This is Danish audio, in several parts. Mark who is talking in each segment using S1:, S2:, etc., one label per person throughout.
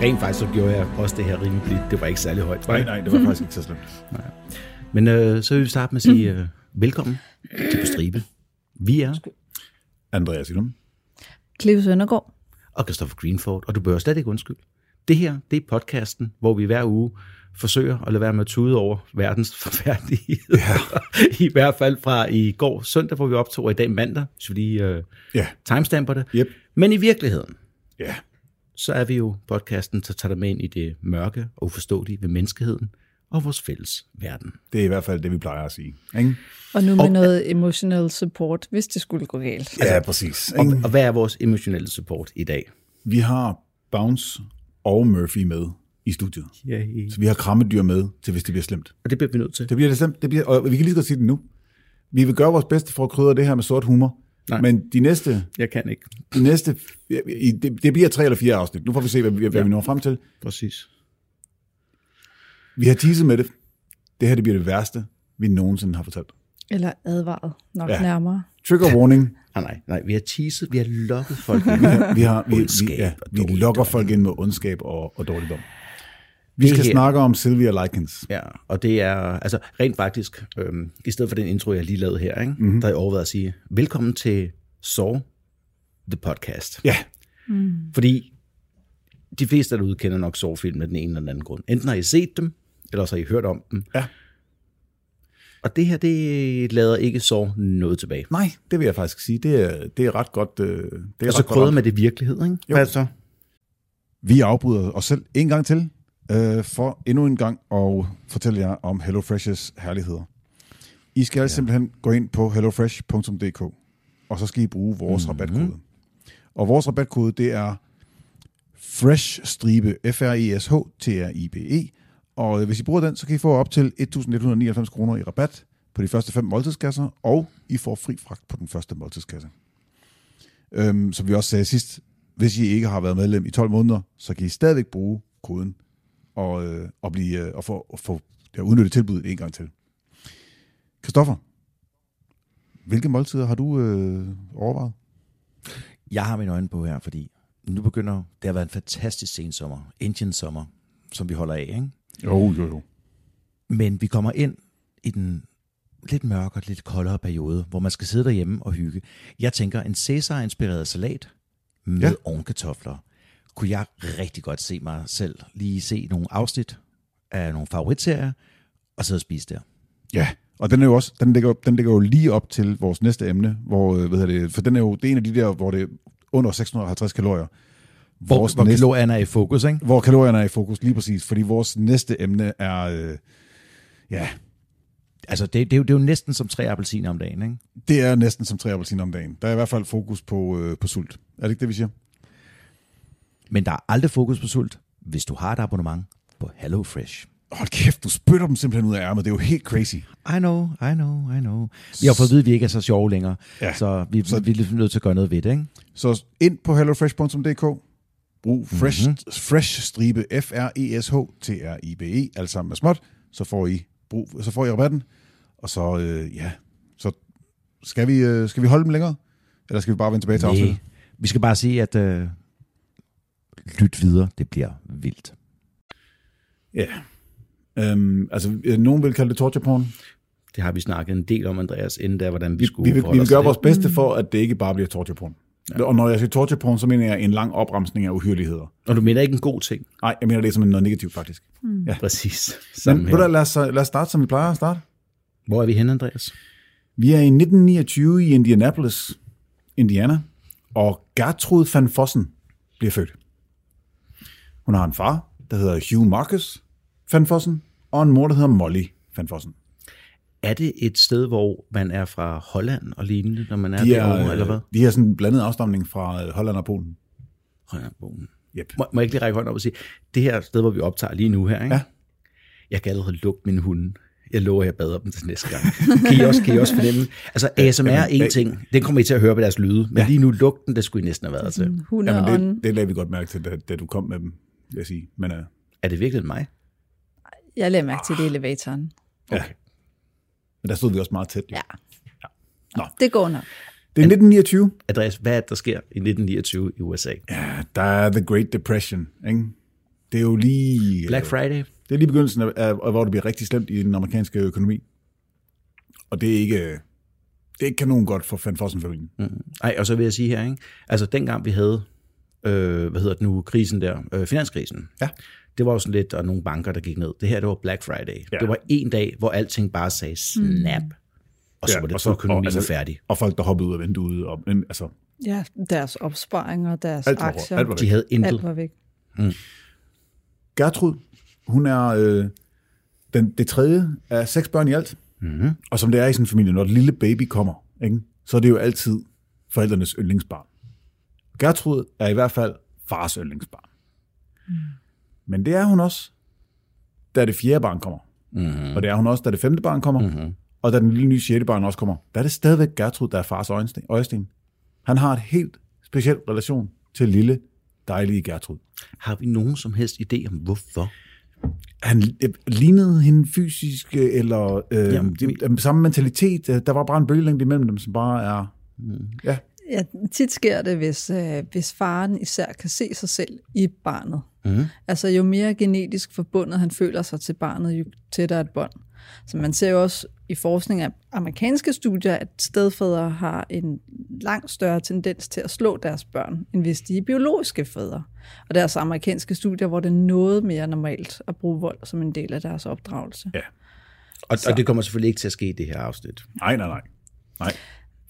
S1: rent faktisk så gjorde jeg også det her rimelig blidt. Det var ikke særlig højt.
S2: Nej, nej, det var faktisk ikke så slemt.
S1: Men øh, så vil vi starte med at sige
S2: Mm.
S1: øh, velkommen til På Stribe. Vi er
S2: Andreas Ilum.
S3: Cleo Søndergaard.
S1: og Christopher Greenford, og du bør slet ikke undskylde. Det her, det er podcasten, hvor vi hver uge forsøger at lade være med at tude over verdens forfærdelighed. Ja. I hvert fald fra i går søndag, hvor vi optog, og i dag mandag, så vi lige øh,
S2: Ja,
S1: timestamper det.
S2: Yep.
S1: Men i virkeligheden,
S2: ja.
S1: så er vi jo podcasten, der tager dig med ind i det mørke og uforståelige ved menneskeheden og vores fælles verden.
S2: Det er i hvert fald det, vi plejer at sige. Ikke?
S3: Og nu med noget emotional support, hvis det skulle gå galt.
S2: Ja, præcis.
S1: Og,
S2: Ikke?
S1: og hvad er vores emotionelle support i dag?
S2: Vi har Bounce og Murphy med i studiet.
S1: Yay.
S2: Så vi har krammedyr med til, hvis det bliver slemt.
S1: Og det bliver vi nødt til.
S2: Det bliver det slemt. Det bliver, og vi kan lige så godt sige det nu. Vi vil gøre vores bedste for at krydre det her med sort humor.
S1: Nej.
S2: Men de næste
S1: Jeg kan ikke.
S2: De næste, i- det, det bliver tre eller fire afsnit. Nu får vi se, hvad, vi- hvad ja. vi når frem til.
S1: Præcis.
S2: Vi har teaset med det. Det her det bliver det værste, vi nogensinde har fortalt.
S3: Eller advaret nok
S2: Ja.
S3: ja. nærmere.
S2: Trigger warning.
S1: Nej, Ah, nej, nej. Vi har teaset, vi har lokket folk ind.
S2: Vi, har, vi, vi,
S1: Ondskab
S2: ja,
S1: og
S2: vi
S1: dårligdom.
S2: lokker folk ind med ondskab og, og dårligdom. Vi skal
S1: her-
S2: snakke om Sylvia Likens.
S1: Ja, og det er, altså rent faktisk, øhm, i stedet for den intro, jeg lige lavede her, ikke, mm-hmm. der er overvejet at sige, velkommen til Saw, the podcast.
S2: Ja,
S1: Fordi de fleste derude kender nok Saw-film af den ene eller den anden grund. Enten har I set dem, eller så har I hørt om dem.
S2: Ja.
S1: Og det her, det lader ikke Saw noget tilbage.
S2: nej, det vil jeg faktisk sige. Det er, det er ret godt. øh, Det er
S1: Og så
S2: ret godt
S1: krydder med det virkelighed, ikke?
S2: Jo.
S1: Hvad så?
S2: Vi afbryder os selv en gang til, øh, for endnu en gang at fortælle jer om HelloFresh's herligheder. I skal ja. simpelthen gå ind på hellofresh.dk, og så skal I bruge
S1: Mhm.
S2: vores mm-hmm. rabatkode. Og vores rabatkode, det er FRESH-stribe, E F-R-E-S-H-T-R-I-B-E, E. og hvis I bruger den, så kan I få op til 1.199 kroner i rabat på de første fem måltidskasser, og I får fri fragt på den første måltidskasse. Øhm, som vi også sagde sidst, hvis I ikke har været medlem i 12 måneder, så kan I stadigvæk bruge koden og, øh, og, blive, øh, og få, og få ja, udnyttet tilbuddet en gang til. Kristoffer, hvilke måltider har du øh, overvejet?
S4: Jeg har mine øjne på her, fordi nu begynder det at være en fantastisk sensommer, Indian sommer, som vi holder af. Ikke?
S2: Jo, jo, jo.
S4: Men vi kommer ind i den lidt mørkere, lidt koldere periode, hvor man skal sidde derhjemme og hygge. Jeg tænker, en Cæsar-inspireret salat med
S2: Ja.
S4: ja. ovenkartofler, kunne jeg rigtig godt se mig selv lige se nogle afsnit af nogle favoritserier, og sidde og spise der.
S2: Ja, og den, er jo også, den, ligger, den ligger jo lige op til vores næste emne, hvor, øh, hvad hedder det, for den er jo det er en af de der, hvor det er under 650 kalorier.
S4: Hvor, hvor kalorierne er i fokus, ikke?
S2: hvor kalorierne er i fokus, lige præcis, fordi vores næste emne er, øh, ja,
S4: Altså, det, det, er jo, det er jo næsten som tre appelsiner om dagen, ikke?
S2: Det er næsten som tre appelsiner om dagen. Der er i hvert fald fokus på, øh, på sult. Er det ikke det, vi siger?
S4: Men der er aldrig fokus på sult, hvis du har et abonnement på HelloFresh.
S2: Hold kæft, du spytter dem simpelthen ud af ærmet. Det er jo helt crazy.
S4: I know, I know, I know. Vi har fået at vide, at vi ikke er så sjove længere,
S2: Ja.
S4: ja. så vi, så... vi er lidt nødt til at gøre noget ved det, ikke?
S2: Så ind på hellofresh.dk. Brug fresh, mm-hmm. fresh stribe E F-R-E-S-H-T-R-I-B-E, E, alt sammen med småt. Så får I, brug, så får I rabatten. Og så, øh, ja, så skal vi, øh, skal vi holde dem længere? Eller skal vi bare vende tilbage til afsnittet?
S4: Næh. Vi skal bare sige, at øh, lyt videre, det bliver vildt.
S2: Ja. Øhm, altså, øh, nogen vil kalde det torture porn.
S1: Det har vi snakket en del om, Andreas, inden der, hvordan vi, vi skulle
S2: vi vil, vi
S1: forholde
S2: vil
S1: os
S2: gøre
S1: til det.
S2: vores bedste for, at det ikke bare bliver torture porn. Ja. Og når jeg siger torture porn, så mener jeg en lang opremsning af uhyreligheder.
S1: Og du mener ikke en god ting.
S2: Nej, jeg mener det som noget negativt, faktisk.
S1: Præcis.
S2: Men,
S1: Sammen
S2: ved
S1: her.
S2: du, hvad, lad, os, lad os starte, som vi plejer at starte.
S1: Hvor er vi henne, Andreas?
S2: Vi er i 1929 i Indianapolis, Indiana, og Gertrud van Fossen bliver født. Hun har en far, der hedder Hugh Marcus van Fossen, og en mor, der hedder Molly van Fossen.
S1: Er det et sted, hvor man er fra Holland og lignende, når man er,
S2: De
S1: er derovre, eller hvad?
S2: er, øh, de er sådan en blandet afstamning fra øh, Holland og Polen.
S1: Hollandbogen.
S2: Yep.
S1: Må, må jeg ikke lige række hånden op og sige, det her sted, hvor vi optager lige nu her, ikke?
S2: Ja.
S1: jeg kan allerede lugte mine hunde. Jeg lover, jeg bader dem til næste gang. Kan I også, kan I også fornemme? Altså, ASMR er en ting. Den kommer I til at høre på deres lyde. Men lige nu lugten, det skulle I næsten have været til.
S3: Hunde og
S2: Jamen,
S3: ånden.
S2: det, det lagde vi godt mærke til, da, da du kom med dem, vil jeg sige. Men uh,
S1: Er det virkelig mig?
S3: Jeg lagde mærke til det i elevatoren.
S2: men der stod vi også meget tæt. Ja.
S3: Ja. Det går nok.
S2: Det er 1929.
S1: Andreas, hvad er det, der sker i 1929 i USA?
S2: Ja, der er The Great Depression, ikke? Det er jo lige...
S1: Black Friday.
S2: Det er lige begyndelsen af, af, af, hvor det bliver rigtig slemt i den amerikanske økonomi. Og det er ikke, det er ikke kanon godt for Van Fossen-familien.
S1: Ej, og så vil jeg sige her, ikke? altså dengang vi havde, øh, hvad hedder det nu, krisen der, øh, finanskrisen,
S2: Ja.
S1: det var jo sådan lidt, og nogle banker, der gik ned. Det her, det var Black Friday.
S2: Ja.
S1: Ja. Det var en dag, hvor alting bare sagde snap, mm. og så
S2: Ja,
S1: ja, var
S2: og
S1: det
S2: så-
S1: så,
S2: og
S1: økonomien
S2: altså-
S1: altså, færdig.
S2: Og folk, der hoppede ud af vinduet. Og, men, altså,
S3: Ja, deres opsparinger, deres
S2: Alt var-
S3: aktier,
S2: alt var væk.
S1: De havde
S3: alt
S1: intet.
S3: var væk.
S2: Gertrud, hun er øh, den, det tredje af seks børn i alt. Mm-hmm. Og som det er i sådan en familie, når et lille baby kommer, ikke? så er det jo altid forældrenes yndlingsbarn. Gertrud er i hvert fald fars yndlingsbarn. Mm. Men det er hun også, da det fjerde barn kommer. Mm-hmm. Og det er hun også, da det femte barn kommer. Mm-hmm. Og da den lille nye sjette barn også kommer. Der er det stadigvæk Gertrud, der er fars øjensten. øjesten. Han har et helt speciel relation til lille, dejlige Gertrud.
S1: Har vi nogen som helst idé om, hvorfor?
S2: han øh, lignede hende fysisk, øh, eller øh, Jamen,
S1: Jamen,
S2: de, øh, samme mentalitet. Øh, Der var bare en bølgelængde imellem dem, som bare er...
S3: Mm.
S2: Ja,
S3: Ja, tit sker det, hvis, øh, hvis faren især kan se sig selv i barnet. Mm. Altså jo mere genetisk forbundet han føler sig til barnet, jo tættere et bånd. Så man ser jo også i forskning af amerikanske studier, at stedfædre har en langt større tendens til at slå deres børn, end hvis de er biologiske fædre. Og der er så amerikanske studier, hvor det er noget mere normalt at bruge vold som en del af deres opdragelse.
S2: ja.
S1: Og, og det kommer selvfølgelig ikke til at ske i det her afsnit.
S2: Nej, nej, nej. Nej.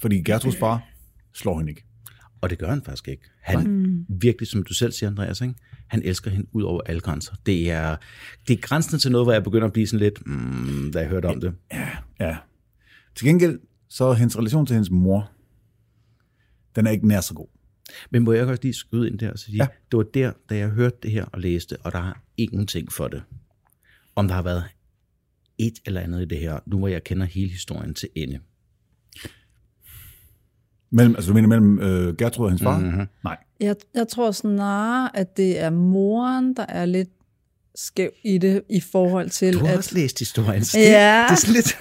S2: Fordi Gertruds far slår hende ikke.
S1: Og det gør han faktisk ikke. Han mm. virkelig, som du selv siger, Andreas, ikke? han elsker hende ud over alle grænser. Det er, det er grænsen til noget, hvor jeg begynder at blive sådan lidt, mm, da jeg hørte om det.
S2: Ja. Til gengæld, så er hendes relation til hendes mor, den er ikke nær så god.
S1: Men må jeg godt lige skyde ind der og sige,
S2: Ja.
S1: ja. det var der, da jeg hørte det her og læste, og der er ingenting for det. Om der har været et eller andet i det her, nu hvor jeg kender hele historien til ende.
S2: Mellem, altså du mener mellem øh, Gertrud og hendes far? Mm-hmm. Nej.
S3: Jeg, jeg tror snarere, at det er moren, der er lidt skæv i det, i forhold til,
S1: Du har
S3: at,
S1: også læst historien. så Det,
S3: Ja.
S1: det er sådan lidt...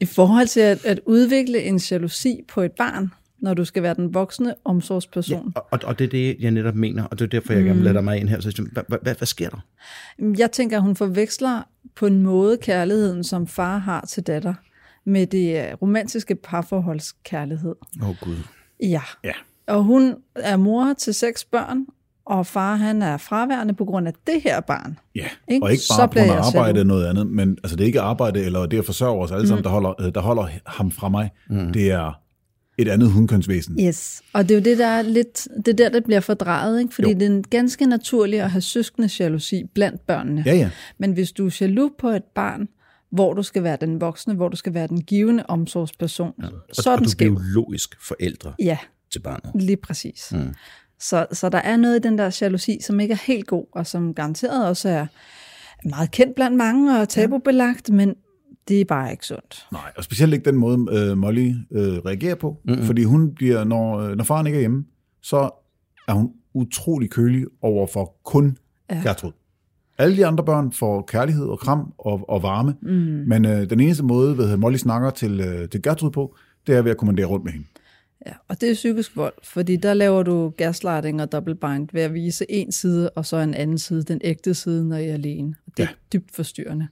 S3: i forhold til at, at udvikle en jalousi på et barn, når du skal være den voksne omsorgsperson.
S1: Og, og, og det er det, jeg netop mener, og det er derfor, jeg gerne vil
S3: Mm.
S1: lade dig mig ind her. Så jeg synes, hvad, hvad, hvad, hvad sker der?
S3: Jeg tænker, at hun forveksler på en måde kærligheden, som far har til datter, med det øh, romantiske parforholdskærlighed.
S1: Åh oh, gud.
S3: Ja.
S2: Ja.
S3: Og hun er mor til seks børn, og far han er fraværende på grund af det her barn.
S2: Ja,
S3: Ikke?
S2: og ikke bare
S3: Så
S2: på
S3: bliver
S2: grund af
S3: jeg
S2: arbejde
S3: jaloux.
S2: eller noget andet, men altså, det er ikke arbejde eller det at forsørge os alle
S3: Mm.
S2: sammen, der holder, øh, der holder ham fra mig. Mm. Det er et andet hundkønsvæsen.
S3: Yes. Og det er jo det, der er lidt, det er der, der bliver fordrejet, ikke? fordi
S2: Jo.
S3: jo. det er en ganske naturligt at have søskende jalousi blandt børnene.
S2: Ja, ja.
S3: Men hvis du er jaloux på et barn, hvor du skal være den voksne, hvor du skal være den givende omsorgsperson, ja.
S1: Og,
S3: så er
S1: og
S3: den
S1: du er
S3: skæv.
S1: biologisk forældre
S3: Ja,
S1: til barnet.
S3: lige præcis. Mm. Så, så der er noget i den der jalousi, som ikke er helt god, og som garanteret også er meget kendt blandt mange og tabubelagt, men det er bare ikke sundt.
S2: Nej, og specielt ikke den måde, øh, Molly øh, reagerer på. Mm-hmm. Fordi hun bliver, når, øh, når faren ikke er hjemme, så er hun utrolig kølig over for kun ja. Gertrud. Alle de andre børn får kærlighed og kram og, og varme, mm. men øh, den eneste måde, ved, Molly snakker til, øh, til Gertrud på, det er ved at kommandere rundt med hende.
S3: Ja, og det er psykisk vold, fordi der laver du gaslighting og double bind ved at vise en side og så en anden side, den ægte side, når I er alene. Og det er ja. dybt forstyrrende.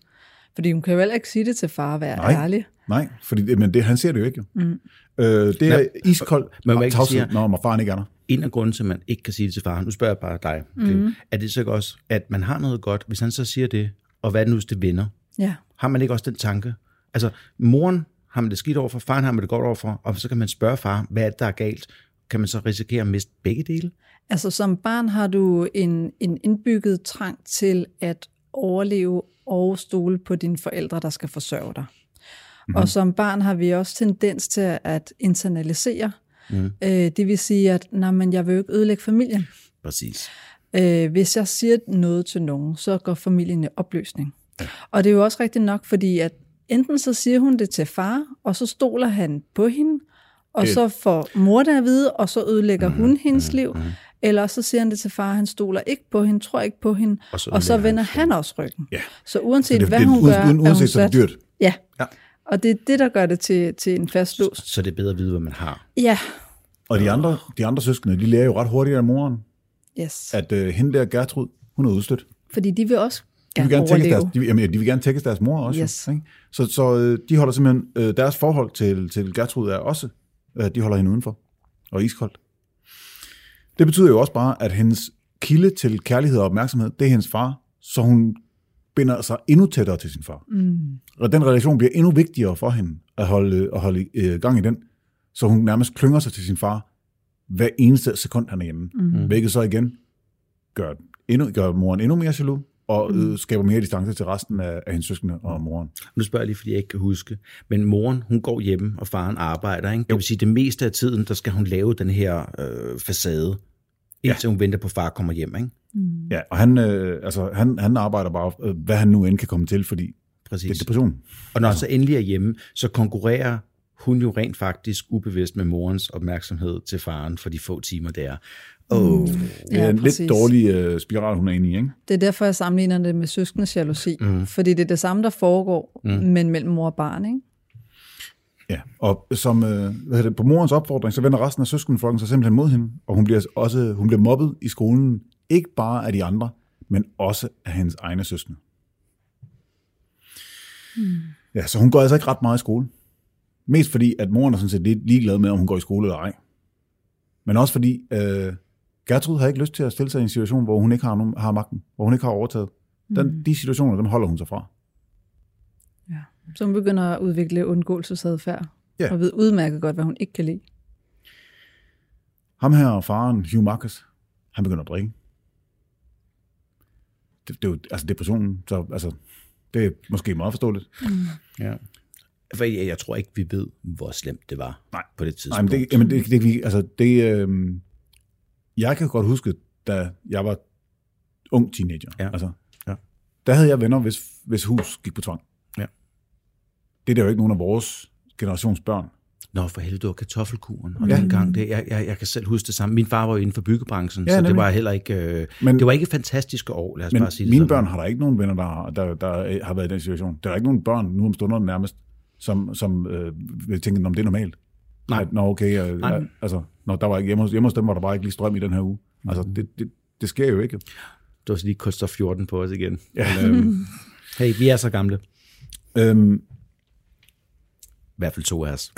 S3: Fordi hun kan jo heller ikke sige det til far at være
S2: Nej.
S3: ærlig.
S2: Nej, fordi det, men det, han ser det jo ikke. Jo. Mm. Øh, det er
S1: Men-
S2: iskoldt
S1: man må
S2: og
S1: ikke
S2: tavshed,
S1: sige-
S2: når man faren ikke er der.
S1: En af grunden til, at man ikke kan sige det til far, nu spørger jeg bare dig, mm. er det så ikke også, at man har noget godt, hvis han så siger det, og hvad er det nu, hvis det vinder?
S3: Ja.
S1: Har man ikke også den tanke? Altså, moren har man det skidt overfor, faren har man det godt overfor, og så kan man spørge far, hvad er det, der er galt? Kan man så risikere at miste begge dele?
S3: Altså som barn har du en, en indbygget trang til at overleve og stole på dine forældre, der skal forsørge dig. Mm-hmm. Og som barn har vi også tendens til at internalisere. Mm. Øh, det vil sige, at nej, men jeg vil jo ikke ødelægge familien.
S1: Præcis.
S3: Øh, hvis jeg siger noget til nogen, så går familien i opløsning. Og det er jo også rigtigt nok, fordi at enten så siger hun det til far, og så stoler han på hende, og så får mor det at vide, og så ødelægger hun hendes liv. Eller så siger han det til far, han stoler ikke på hende, tror ikke på hende, og
S1: så
S3: så, og så vender han også ryggen.
S2: Ja.
S3: Så uanset
S2: det-
S3: hvad
S2: det-
S3: hun
S2: uden-
S3: gør,
S2: uden-
S3: er hun
S2: uanset, så er
S3: sat.
S2: det dyrt.
S3: Ja.
S2: Ja.
S3: og det er det, der gør det til, til en fastlåst.
S1: Så det er bedre at vide, hvad man har.
S3: Ja,
S2: Og de andre, de andre søskende, de lærer jo ret hurtigt af moren,
S3: yes.
S2: at øh, hende der Gertrud, hun er udstødt.
S3: Fordi de vil også
S2: De
S3: gerne,
S2: vil gerne tækkes
S3: overleve.
S2: deres, de, vil- jamen, ja, de vil gerne tækkes deres mor også.
S3: Yes.
S2: Ikke? Så, så øh, de holder simpelthen, øh, deres forhold til, til Gertrud er også, øh, de holder hende udenfor og er iskoldt. Det betyder jo også bare, at hendes kilde til kærlighed og opmærksomhed, det er hendes far, så hun binder sig endnu tættere til sin far. Mm. Og den relation bliver endnu vigtigere for hende at holde, at holde øh, gang i den, så hun nærmest klynger sig til sin far hver eneste sekund, han er hjemme. Mm. Hvilket så igen gør, endnu, gør moren endnu mere jaloux, og øh, skaber mere distance til resten af, af hendes søskende og moren.
S1: Nu spørger jeg lige, fordi jeg ikke kan huske. Men moren, hun går hjemme, og faren arbejder. Ikke? Det vil sige, at det meste af tiden, der skal hun lave den her øh, facade, indtil ja. hun venter på, at far kommer hjem. Ikke?
S3: Mm.
S2: Ja, og han, øh, altså, han, han arbejder bare, øh, hvad han nu end kan komme til, fordi
S1: Præcis.
S2: det er depression.
S1: Og når han så endelig er hjemme, så konkurrerer hun jo rent faktisk ubevidst med morens opmærksomhed til faren for de få timer, det er. Oh.
S2: Det er
S3: Ja,
S2: en lidt
S3: præcis.
S2: dårlig øh, spiral, hun er inde i, ikke?
S3: Det er derfor, jeg sammenligner det med søskendes jalousi. Mm. Fordi det er det samme, der foregår, mm. men mellem mor og barn. Ikke?
S2: Ja, og som, øh, hvad hedder det, på morens opfordring, så vender resten af søskenflokken sig simpelthen mod hende, og hun bliver også hun bliver mobbet i skolen, ikke bare af de andre, men også af hendes egne søskende. Mm. Ja, så hun går altså ikke ret meget i skole. Mest fordi, at moren er sådan set lidt ligeglad med, om hun går i skole eller ej. Men også fordi, øh, Gertrud har ikke lyst til at stille sig i en situation, hvor hun ikke har, nogen, har magten, hvor hun ikke har overtaget. Den, mm. De situationer, dem holder hun sig fra.
S3: Ja. Så hun begynder at udvikle undgåelsesadfærd.
S2: Ja.
S3: Og ved udmærket godt, hvad hun ikke kan lide.
S2: Ham her, faren Hugh Marcus, han begynder at drikke. Det, det er jo altså depressionen, så altså, det er måske meget forståeligt.
S1: Ja. For jeg, jeg tror ikke, vi ved, hvor slemt det var
S2: Nej.
S1: på det tidspunkt.
S2: Nej, men det, jamen det, det, det, altså, det øh, jeg kan godt huske, da jeg var ung teenager.
S1: Ja.
S2: Altså,
S1: Ja.
S2: Der havde jeg venner, hvis, hvis hus gik på tvang.
S1: Ja.
S2: Det er der jo ikke nogen af vores generations børn.
S1: Nå, for helvede, det var kartoffelkuren. Og
S2: Ja.
S1: ja. dengang, det, jeg, jeg, jeg kan selv huske det samme. Min far var jo inden for byggebranchen,
S2: Ja,
S1: ja, så
S2: nemlig.
S1: det var heller ikke... Øh,
S2: Men-
S1: men, det var ikke fantastiske år, lad os
S2: Men
S1: bare sige det
S2: mine
S1: sådan.
S2: børn har der ikke nogen venner, der har, der, der har været i den situation. Der er ikke nogen børn nu om stunderne nærmest, som, som øh, vil tænke, om det er normalt.
S1: Nej.
S2: At, nå, okay, øh,
S1: Nej.
S2: altså, når der var ikke, hjemme, hos, hjemme hos dem var der bare ikke lige strøm i den her uge. Altså, det, det, det sker jo ikke.
S1: Det var så lige koster 14 på os igen.
S2: Ja.
S1: øhm, hey, vi er så gamle.
S2: Øhm,
S1: I hvert fald to af os.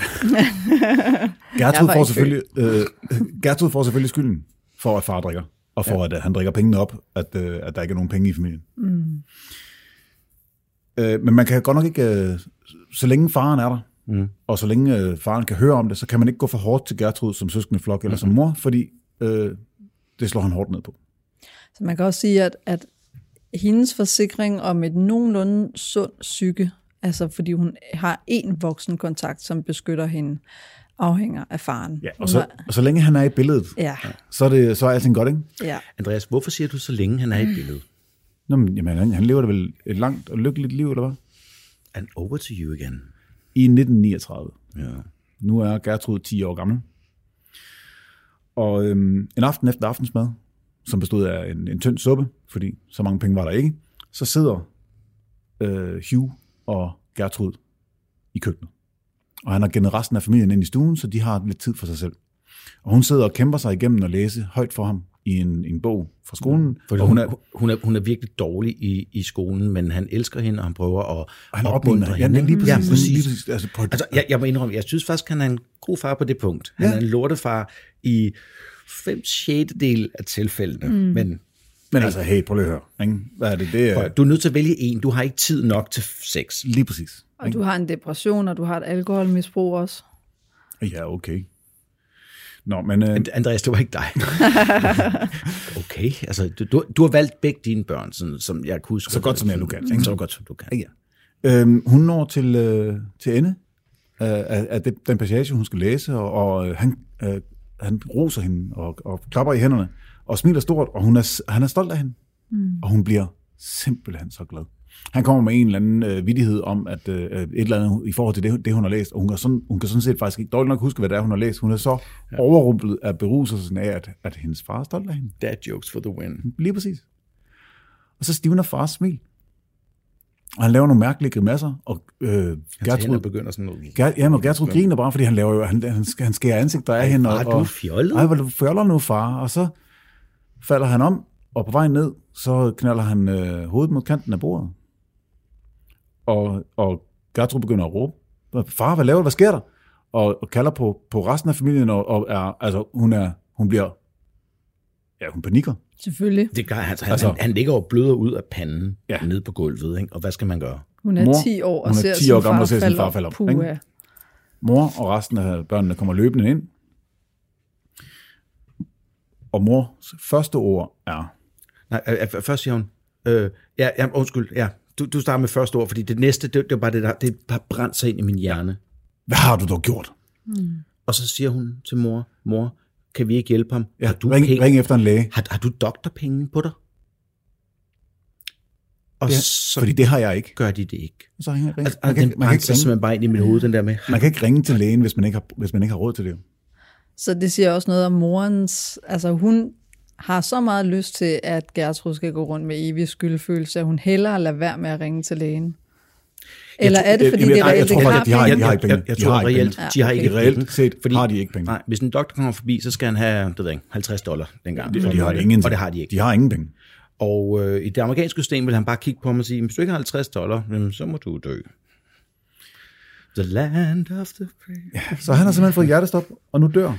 S2: Gertrud,
S3: var
S2: får
S3: ikke
S2: selvfølgelig, øh, Gertrud får selvfølgelig skylden for, at far drikker, og for, ja. at øh, han drikker pengene op, at, øh, at der ikke er nogen penge i familien. Mm. Øh, men man kan godt nok ikke, øh, så længe faren er der, mm. og så længe øh, faren kan høre om det, så kan man ikke gå for hårdt til Gertrud som søskende flok eller som mor, fordi øh, det slår han hårdt ned på.
S3: Så man kan også sige, at, at hendes forsikring om et nogenlunde sund psyke, altså fordi hun har en voksen kontakt, som beskytter hende, afhænger af faren.
S2: Ja, og, så, og så længe han er i billedet, ja.
S3: Ja,
S2: så, er det, så er alting godt, ikke?
S3: ja.
S1: Andreas, hvorfor siger du så længe, han er i billedet?
S2: Nå, men, jamen, han, han lever da vel et langt og lykkeligt liv, eller hvad?
S1: And over to you again.
S2: I 1939.
S1: Ja.
S2: Nu er Gertrud 10 år gammel. Og øhm, en aften efter aftensmad, som bestod af en, en tynd suppe, fordi så mange penge var der ikke, så sidder øh, Hugh og Gertrud i køkkenet. Og han har gennet resten af familien ind i stuen, så de har lidt tid for sig selv. Og hun sidder og kæmper sig igennem at læse højt for ham i en, en bog fra skolen.
S1: Fordi
S2: og
S1: hun, er, hun, er, hun er virkelig dårlig i, i skolen, men han elsker hende, og han prøver at
S2: og han
S1: opmuntre
S2: opmunder
S1: hende.
S2: hende. Ja,
S1: ikke?
S2: lige præcis.
S1: Ja, præcis.
S2: Lige præcis. Altså, på et,
S1: Altså, jeg, jeg må indrømme, jeg synes faktisk, han er en god far på det punkt. Han
S2: Ja.
S1: ja. er en lortefar i fem sjettedel af tilfældene. Mm. Men
S2: men altså, hey, prøv lige at høre. Ikke? Hvad er det? det er,
S1: prøv, du er nødt til at vælge en. Du har ikke tid nok til sex.
S2: lige præcis.
S3: Og du har en depression, og du har et alkoholmisbrug også.
S2: Ja, okay. Nå, men... Øh,
S1: And- Andreas, det var ikke dig. okay, altså du- du, du har valgt begge dine børn, sådan, som jeg kunne huske. Mm.
S2: Så godt, som jeg nu kan, ikke?
S1: Så godt, som du kan.
S2: Ja. Øhm, hun når til, øh, til ende øh, af, af det, den passage, hun skal læse, og, og øh, han, øh, han roser hende og, og klapper i hænderne og smiler stort, og hun er, s- han er stolt af hende. Mm. Og hun bliver simpelthen så glad. Han kommer med en eller anden øh, vidighed om, at øh, et eller andet i forhold til det, det hun har læst, og hun kan, sådan, hun kan sådan set faktisk ikke dårligt nok huske, hvad det er, hun har læst. Hun er så ja. overrumplet af beruselsen af, at, at hendes far er stolt af hende.
S1: Dad jokes for the win.
S2: Lige præcis. Og så stivner fars smil. Og han laver nogle mærkelige grimasser, og øh,
S1: Hans hænder
S2: Gertrud,
S1: begynder sådan noget.
S2: Ger, jamen, og Gertrud griner bare, fordi han, laver jo, han, han, han skærer ansigter af hende.
S1: far,
S2: og,
S1: du er fjollet.
S2: Og, Ej, hvor er du fjoller nu, far. Og så falder han om, og på vejen ned, så knalder han øh, hovedet mod kanten af bordet. Og, og Gertrud begynder at råbe, far, hvad laver du? Hvad sker der? Og, og kalder på, på resten af familien, og, og er, altså, hun, er, hun bliver, ja, hun panikker.
S3: Selvfølgelig.
S1: Det gør, altså, han, altså,
S2: Altså-
S1: han, han ligger og bløder ud af panden
S2: Ja.
S1: ja. nede på gulvet, ikke? og hvad skal man gøre?
S3: Hun er
S2: Mor,
S3: 10 år og
S2: hun er
S3: ser
S2: 10
S3: sin
S2: år gammel
S3: far
S2: og ser sin
S3: falde
S2: far
S3: om.
S2: falde om,
S3: Puha.
S2: ikke? Mor og resten af børnene kommer løbende ind. Og mors første ord er,
S1: Nej, øh, øh, først siger hun, øh, ja, ja, undskyld, ja, du, du starter med første ord, fordi det næste, det, det var bare det der, det har brændt sig ind i min hjerne.
S2: hvad har du dog gjort?
S1: Og så siger hun til mor, mor, kan vi ikke hjælpe ham?
S2: Ja,
S1: har, du
S2: ring,
S1: penge,
S2: ring efter en læge,
S1: Har, har du doktorpenge på dig? Og
S2: Ja,
S1: ja, så
S2: fordi det har jeg ikke.
S1: gør de det ikke.
S2: Så ringer, ringer.
S1: Altså,
S2: man, kan,
S1: den
S2: ikke- man, kan
S1: brændte
S2: ikke
S1: sig
S2: ringe,
S1: simpelthen bare ind i mit hoved, den der med,
S2: man kan ikke ringe til lægen, hvis man ikke har, hvis man ikke har råd til det.
S3: Så det siger også noget om morens... Altså hun har så meget lyst til, at Gertrud skal gå rundt med evig skyldfølelse, at hun hellere lader være med at ringe til lægen. Eller er det, fordi
S2: Jamen,
S3: det
S2: jeg-
S3: er
S2: nej, jeg
S3: reelt
S2: tror
S3: ikke
S2: faktisk,
S3: har
S2: at de har en-
S3: penge?
S2: de har ikke penge.
S1: Jeg, jeg,
S2: De
S1: jeg tror
S2: har ikke
S1: reelt,
S2: penge.
S1: de har ikke
S2: Ja, okay. Reelt set
S1: fordi,
S2: har de ikke penge.
S1: Nej, hvis en doktor kommer forbi, så skal han have, det ved jeg ikke, 50 dollar dengang.
S2: De,
S1: for
S2: de
S1: at
S2: har
S1: gøre
S2: ingen
S1: Og det har de ikke.
S2: De har ingen penge.
S1: Og øh, i det amerikanske system vil han bare kigge på mig og sige, hvis du ikke har 50 dollar, jamen, så må du dø. The land of the free. Ja.
S2: Så han har simpelthen fået hjertestop, og nu dør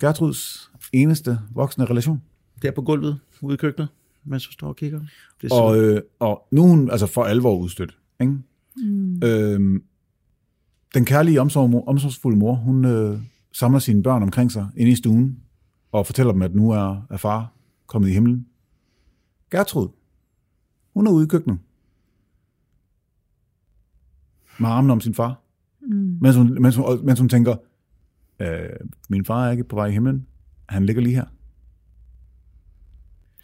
S2: Gertruds eneste voksne relation.
S1: Der på gulvet, ude i køkkenet, mens du står og kigger. Det er og,
S2: Og, øh, og nu er hun altså for alvor udstødt. Ikke? Mm. Øhm, den kærlige, omsorg, omsorgsfulde mor, hun øh, samler sine børn omkring sig inde i stuen, og fortæller dem, at nu er, er far kommet i himlen. Gertrud, hun er ude i køkkenet. Med armen om sin far. Mm. Mens, hun, mens, hun, og- mens hun tænker, øh, min far er ikke på vej i himlen. Han ligger lige her.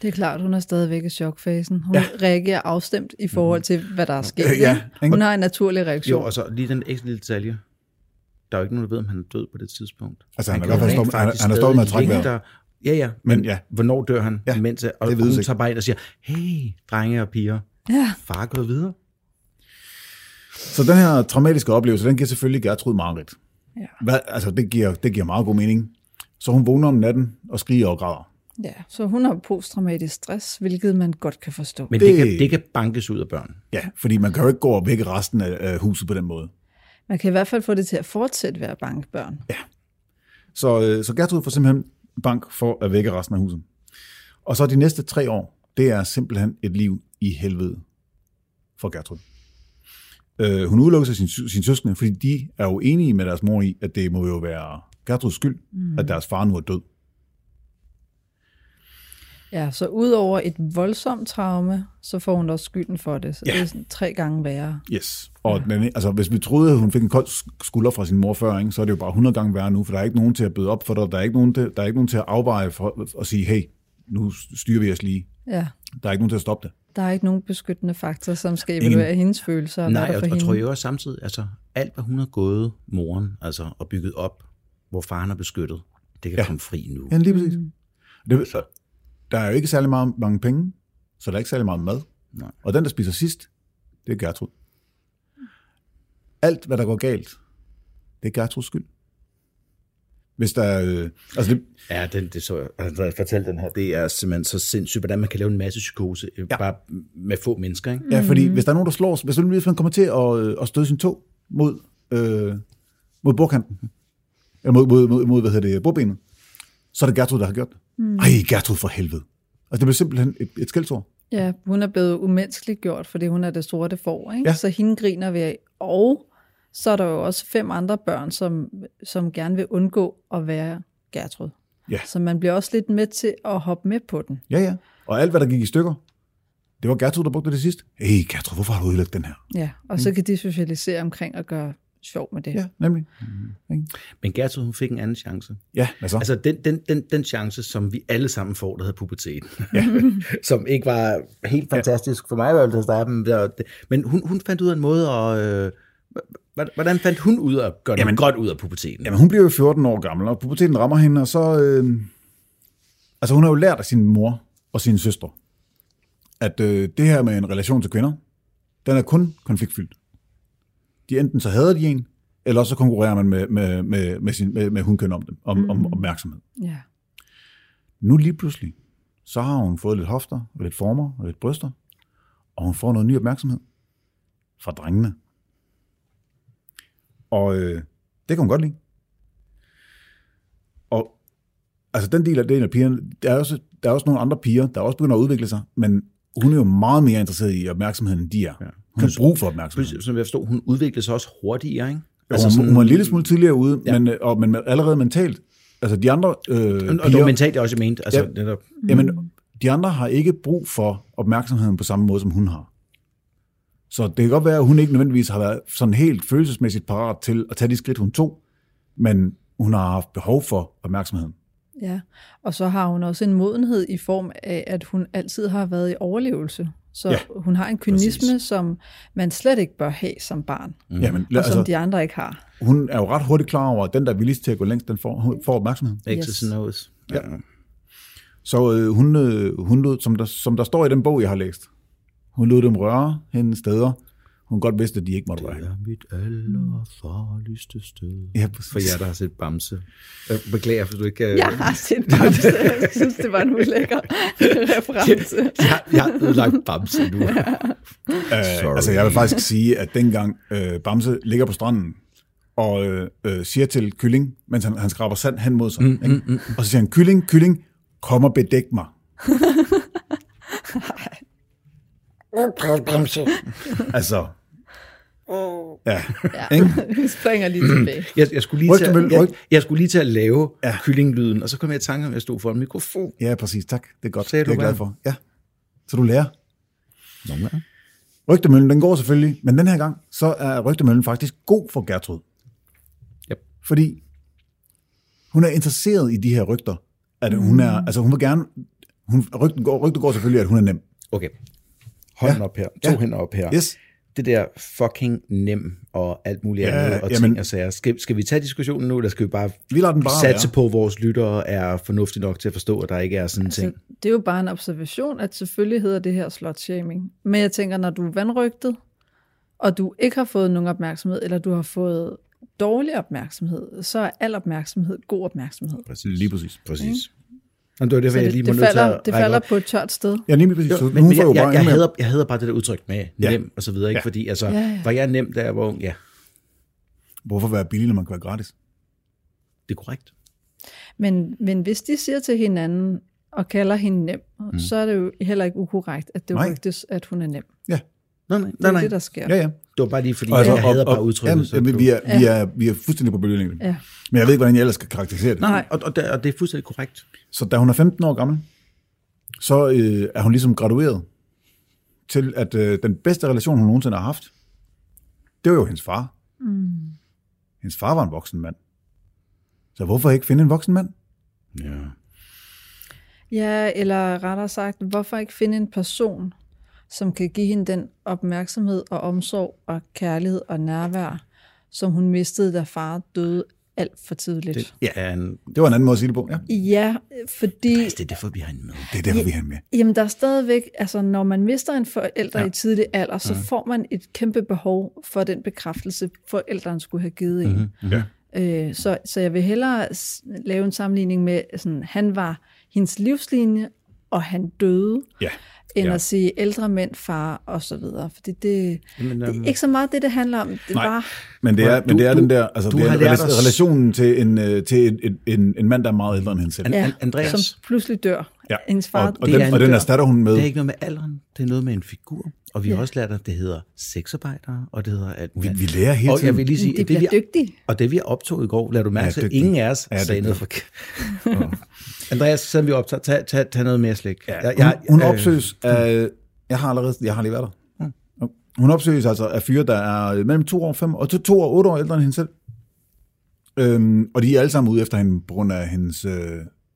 S3: Det er klart, hun er stadigvæk i chokfasen. Hun ja. reagerer afstemt i forhold til, hvad der er sket.
S2: Øh, ja, altså-
S3: ikke? Hun har en naturlig reaktion.
S1: jo, og så lige den ekstra lille detalje. Der er jo ikke nogen, der ved, om han er død på det tidspunkt.
S2: Altså, han er i
S1: kan
S2: hvert fald
S1: jo rent
S2: stået- han er-
S1: faktisk
S2: han er stået med at
S1: stadig
S2: trække
S1: ligge
S2: vejret.
S1: der. Ja, ja.
S2: Men ja.
S1: Hvornår dør han?
S2: Ja,
S1: Ja, mens, og
S2: det
S1: det
S2: vides
S1: hun
S2: ikke.
S1: tager bare ind og siger, hey, drenge og piger,
S3: ja.
S1: far er gået videre.
S2: Så den her traumatiske oplevelse, den giver selvfølgelig Gertrud mareridt.
S3: Ja.
S2: Hvad, altså, det giver, det giver meget god mening. Så hun vågner om natten og skriger og græder.
S3: ja, så hun har posttraumatisk stress, hvilket man godt kan forstå.
S1: Men
S2: Det-
S1: det, det, kan, det kan bankes ud af børn.
S2: Ja, fordi man kan jo ikke gå og vække resten af, af huset på den måde.
S3: Man kan i hvert fald få det til at fortsætte ved at banke børn. Ja.
S2: Så, øh, så Gertrud får simpelthen bank for at vække resten af huset. Og så de næste tre år, det er simpelthen et liv i helvede for Gertrud. Øh, hun udelukker sig sin, sy- sin søskende, fordi de er jo enige med deres mor i, at det må jo være Gertruds skyld, mm. at deres far nu er død.
S3: ja, så udover et voldsomt traume, så får hun også skylden for det. Så ja. det er sådan tre gange værre.
S2: Yes. Og ja. den, altså, hvis vi troede, at hun fik en kold sk- skulder fra sin mor før, ikke, så er det jo bare 100 gange værre nu, for der er ikke nogen til at bøde op for dig, der er ikke nogen til, der er ikke nogen til at afveje for, og sige, hey, nu styrer vi os lige.
S3: Ja.
S2: Der er ikke nogen til at stoppe det.
S3: Der er ikke nogen beskyttende faktor, som skal
S2: Ingen.
S3: evaluere hendes følelser. Og hvad
S1: Nej,
S3: der
S1: og,
S3: for
S1: og
S3: hende.
S1: tror jeg også samtidig, altså alt hvad hun har gået moren, altså og bygget op, hvor faren er beskyttet, det kan
S2: Ja.
S1: ja. komme fri nu.
S2: Ja, lige præcis. Mm. Det, så, der er jo ikke særlig meget, mange penge, så der er ikke særlig meget mad.
S1: Nej.
S2: Og den, der spiser sidst, det er Gertrud. Alt, hvad der går galt, det er Gertruds skyld. Hvis der øh, altså det,
S1: Ja, den, det så jeg. Altså, jeg fortalte den her, det er simpelthen så sindssygt, hvordan man kan lave en masse psykose ja. bare med få mennesker, ikke?
S3: Mm.
S2: Ja, fordi hvis der er nogen, der slår, hvis, der, hvis man kommer til at, øh, at støde sin tog mod, øh, mod bordkanten, eller mod, mod, mod, mod hvad hedder det, bordbenet, så er det Gertrud, der har gjort det. Mm. Ej, Gertrud for helvede. Altså, det blev simpelthen et, et skældsord.
S3: Ja, hun er blevet umenneskeligt gjort, fordi hun er det sorte får, ikke?
S2: Ja.
S3: Ja. så hende griner vi af. Og så er der jo også fem andre børn, som, som gerne vil undgå at være Gertrud.
S2: Ja.
S3: Så man bliver også lidt med til at hoppe med på den.
S2: Ja, ja. Og alt, hvad der gik i stykker, det var Gertrud, der brugte det sidst. Hey, Gertrud, hvorfor har du ødelagt den her?
S3: Ja, og så kan de socialisere omkring og gøre sjov med det.
S2: Ja, nemlig. Mm.
S1: Men Gertrud, hun fik en anden chance.
S2: Ja, hvad så? Altså,
S1: Altså den, den, den, den chance, som vi alle sammen får, der hedder puberteten. Ja. som ikke var helt fantastisk for mig, i hvert fald, der er dem, der, det- men hun, hun fandt ud af en måde at... Øh, hva- hvordan fandt hun ud af at gøre
S2: Jamen-
S1: Jamen, godt ud af puberteten?
S2: Jamen, hun bliver jo 14 år gammel, og puberteten rammer hende, og så... Øh, altså, hun har jo lært af sin mor og sine søstre, at øh, det her med en relation til kvinder, den er kun konfliktfyldt. De enten så hader de en, eller også så konkurrerer man med, med, med, med, sin, med, med hunkøn om dem, om, mm. om opmærksomhed.
S3: Ja.
S2: Nu lige pludselig, Så har hun fået lidt hofter, og lidt former og lidt bryster, og hun får noget ny opmærksomhed fra drengene. Og øh, det kan hun godt lide. Og altså den del af det af pigerne, der er, også, der er også nogle andre piger, der også begynder at udvikle sig, men hun er jo meget mere interesseret i opmærksomheden, end de er. Ja. Hun har brug for opmærksomhed.
S1: Plus, som jeg forstod, hun udviklede sig også hurtigere, ikke?
S2: Altså, hun, hun var en lille smule tidligere ude, ja. men, øh, og, men allerede mentalt. Altså de andre øh,
S1: og, og det var mentalt, jeg også mente. Altså,
S2: Ja.
S1: ja. netop,
S3: Mm.
S2: Jamen, de andre har ikke brug for opmærksomheden på samme måde, som hun har. Så det kan godt være, at hun ikke nødvendigvis har været sådan helt følelsesmæssigt parat til at tage de skridt, hun tog, men hun har haft behov for opmærksomheden.
S3: Ja, og så har hun også en modenhed i form af, at hun altid har været i overlevelse. Så
S2: Ja,
S3: ja, hun har en kynisme,
S2: præcis.
S3: præcis. som man slet ikke bør have som barn,
S2: Mm. Jamen,
S3: og som
S2: altså,
S3: de andre ikke har.
S2: hun er jo ret hurtigt klar over, at den, der er villig til at gå længst, den får, hun får opmærksomheden.
S1: exes
S3: Yes.
S1: and O's.
S2: Ja. Så øh, hun, øh, hun lød, som der, som der står i den bog, jeg har læst, hun lød dem røre hende steder, hun godt vidste, at de ikke måtte røre
S1: Det
S2: hende.
S1: er mit allerfarligste sted.
S2: Ja, præcis.
S1: For jer, der har set Bamse. Jeg beklager, hvis du ikke øh,
S2: Øh,
S1: kan...
S3: Jeg har set Bamse. Jeg synes, det var en ulækker reference.
S1: jeg, jeg har ødelagt Bamse nu.
S2: Øh,
S1: Sorry.
S2: altså, jeg vil faktisk sige, at dengang øh, Bamse ligger på stranden og øh, øh, siger til Kylling, mens han, han skraber sand hen mod sig, mm, ikke? Mm, mm. og så siger han, Kylling, Kylling, kom og bedæk mig. altså, ja,
S3: Ja.
S2: ikke?
S3: Vi springer lige tilbage.
S1: Jeg, jeg, skulle lige
S2: Ryk
S1: til,
S2: dem,
S1: at,
S2: Mølle, ryk.
S1: jeg, jeg skulle lige til at lave
S2: Ja.
S1: ja. kyllinglyden, og så kom jeg i tanke om, at jeg stod for en mikrofon.
S2: ja, præcis, tak. Det er godt,
S1: Sagde
S2: det er jeg
S1: du
S2: glad
S1: hvad?
S2: for. Ja, så du lærer.
S4: Nogle gange.
S2: Rygtemøllen, den går selvfølgelig, men den her gang, så er rygtemøllen faktisk god for Gertrud.
S1: Yep.
S2: Fordi hun er interesseret i de her rygter. At hun er,
S1: Mm.
S2: altså hun vil gerne, hun, rygten, går, rygten går selvfølgelig, at hun er nem.
S1: Okay. Hånden
S2: Ja.
S1: ja. op her. To
S2: Ja.
S1: ja. hænder op her.
S2: Yes.
S1: Det der fucking nem og alt muligt
S2: Ja,
S1: ja, andet og
S2: jamen-
S1: ting og sager. Skal, skal vi tage diskussionen nu, eller skal vi bare,
S2: Vi lader den bare
S1: satse
S2: være.
S1: på, at vores lyttere er fornuftige nok til at forstå, at der ikke er sådan en ting?
S3: Så det er jo bare en observation, at selvfølgelig hedder det her slutshaming. Men jeg tænker, når du er vandrygtet, og du ikke har fået nogen opmærksomhed, eller du har fået dårlig opmærksomhed, så er al opmærksomhed god opmærksomhed.
S1: Præcis. Lige præcis. Præcis. Jamen, det var derfor,
S3: Mm. Så
S1: jeg
S3: det,
S1: lige
S3: det,
S1: var nødt til
S3: falder,
S1: at
S3: det
S1: række
S3: falder
S1: op.
S3: på et tørt sted.
S2: Ja, lige præcis.
S1: Jo,
S2: Så
S1: men,
S2: hun
S1: men
S2: får jo
S1: jeg,
S2: bare
S1: jeg, jeg,
S2: indvendt.
S1: hader, jeg hader bare det der udtryk med
S2: Ja.
S1: ja. nem og så videre, ikke?
S2: Ja.
S1: Ja. Fordi altså,
S3: Ja,
S1: ja,
S3: ja.
S1: ja. var jeg nem, da jeg var ung? Ja,
S2: Hvorfor være billig, når man kan være gratis?
S1: det er korrekt.
S3: Men, men hvis de siger til hinanden og kalder hende nem, mm. så er det jo heller ikke ukorrekt, at det
S2: Nej.
S3: rygtes, at hun er nem. Det
S2: Ja,
S1: Nej, nej,
S3: er
S1: nej. nej.
S3: det, der sker.
S2: ja, ja.
S1: Det var bare lige, fordi altså, jeg hader bare udtrykket.
S2: jamen,
S1: så
S2: jamen,
S1: du-
S2: vi, er, vi, er, vi er fuldstændig på bølgelængde.
S3: Ja.
S2: Men jeg ved ikke, hvordan jeg ellers skal karakterisere det.
S1: Nej, nej, og, og, det, og det er fuldstændig korrekt.
S2: Så da hun er 15 år gammel, så øh, er hun ligesom gradueret til, at øh, den bedste relation, hun nogensinde har haft, det var jo hendes far. Mm. Hendes far var en voksen mand. Så hvorfor ikke finde en voksen mand?
S1: Ja.
S3: Ja, eller rettere sagt, hvorfor ikke finde en person, som kan give hende den opmærksomhed og omsorg og kærlighed og nærvær, som hun mistede, da far døde alt for tidligt. Det.
S1: Ja. Er en,
S2: Det var en anden måde at sige det på. Ja,
S3: Ja, fordi...
S1: det er derfor, vi har en med.
S2: det er derfor, vi har hende med.
S3: Jamen, der er stadigvæk, altså når man mister en forælder ja. i tidlig alder, så ja. får man et kæmpe behov for den bekræftelse, forældrene skulle have givet en. Mm-hmm.
S2: Ja.
S3: Øh, så, så jeg vil hellere s- lave en sammenligning med, sådan, han var hendes livslinje, og han døde,
S2: Ja.
S3: end
S2: Ja.
S3: at sige ældre mænd, far og så videre. Fordi det,
S1: Jamen,
S3: det er
S1: øhm,
S3: ikke så meget det, det handler om. Det
S2: Nej.
S3: var,
S2: Men det er,
S1: Du-
S2: men det er
S1: du-
S2: den der, altså
S1: du
S2: det er
S1: har lært
S2: rela-
S1: os-
S2: relationen til en, øh, til en, en, en, en mand, der er meget ældre end hende selv.
S3: ja,
S1: An- Andreas.
S3: som pludselig dør.
S2: Ja.
S3: Hendes far
S2: og, og,
S3: dør.
S1: er
S2: den,
S1: en
S2: og den
S1: dør.
S2: erstatter hun med.
S1: Det er ikke noget med alderen, det er noget med en figur. Og vi har også lært, at det hedder sexarbejdere, og det hedder alt
S2: Vi,
S1: muligt.
S2: vi lærer hele
S1: og jeg vil
S2: tiden.
S1: lige sige,
S3: De
S1: at det,
S3: bliver
S1: vi,
S3: dygtige.
S1: og det vi optog i går, lader du
S2: Ja,
S1: mærke til, at
S2: dygtige.
S1: ingen af os
S2: Ja,
S1: ja, sagde
S2: dygtige.
S1: noget forkert. Andreas, selvom vi optager, tag, tag, tag noget mere slik. Ja,
S2: Hun, hun
S1: øh,
S2: opsøges af... Jeg har allerede... Jeg har lige været der. Hun opsøges altså af fyre, der er mellem to år og fem, og til to og otte år ældre end hende selv. Øhm, og de er alle sammen ude efter hende på grund af hendes øh,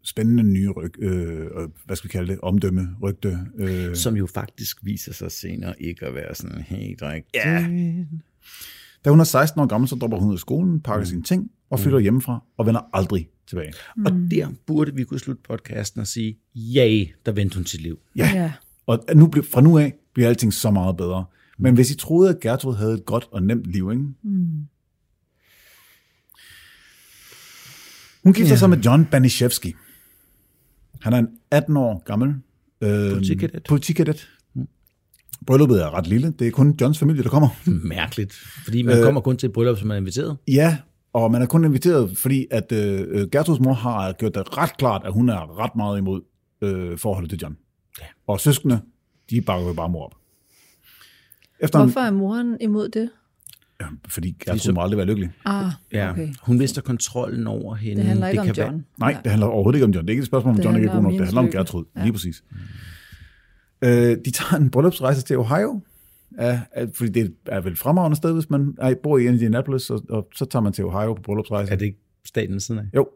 S2: spændende nye ryg, øh, og hvad skal vi kalde det, omdømme, rygte. Øh.
S1: som jo faktisk viser sig senere ikke at være sådan helt rigtigt.
S2: Da hun er 16 år gammel, så dropper hun ud af skolen, pakker sine ting og flytter hjemmefra og vender aldrig tilbage.
S1: Og der burde vi kunne slutte podcasten og sige, ja, der vendte hun sit liv.
S2: Ja.
S3: Ja.
S2: Og nu blev, fra nu af bliver alting så meget bedre. Men hvis I troede, at Gertrud havde et godt og nemt liv, ikke? Mm. Hun gifter sig med John Banishevski. Han er en 18 år gammel øh,
S1: Politikadet.
S2: politikadet. Brylluppet er ret lille. Det er kun Johns familie, der kommer.
S1: Mærkeligt, fordi man øh, kommer kun til et bryllup, som man er inviteret.
S2: Ja, og man er kun inviteret, fordi at øh, Gertruds mor har gjort det ret klart, at hun er ret meget imod øh, forholdet til John. Ja. Og søskende, de bakker jo bare mor op. Efter
S3: Hvorfor er moren imod det?
S2: Han, fordi Gertrud må aldrig være lykkelig.
S3: Ah,
S1: Ja.
S3: okay.
S1: Hun mister kontrollen over hende.
S3: Det handler ikke om
S1: kan være-
S3: John.
S2: Nej, det handler overhovedet ikke om John. Det er ikke et spørgsmål, om
S3: Det
S2: John ikke er god
S3: handler
S2: nok.
S3: om
S2: Det
S3: hendes
S2: handler om
S3: lykke.
S2: Gertrud.
S3: Ja.
S2: Lige præcis. Øh, de tager en bryllupsrejse til Ohio. Ja, ja, fordi det er vel et fremragende sted, hvis man er, bor i Indianapolis, og, og så tager man til Ohio på bryllupsrejse.
S1: Er det ikke staten ved siden af?
S2: Jo,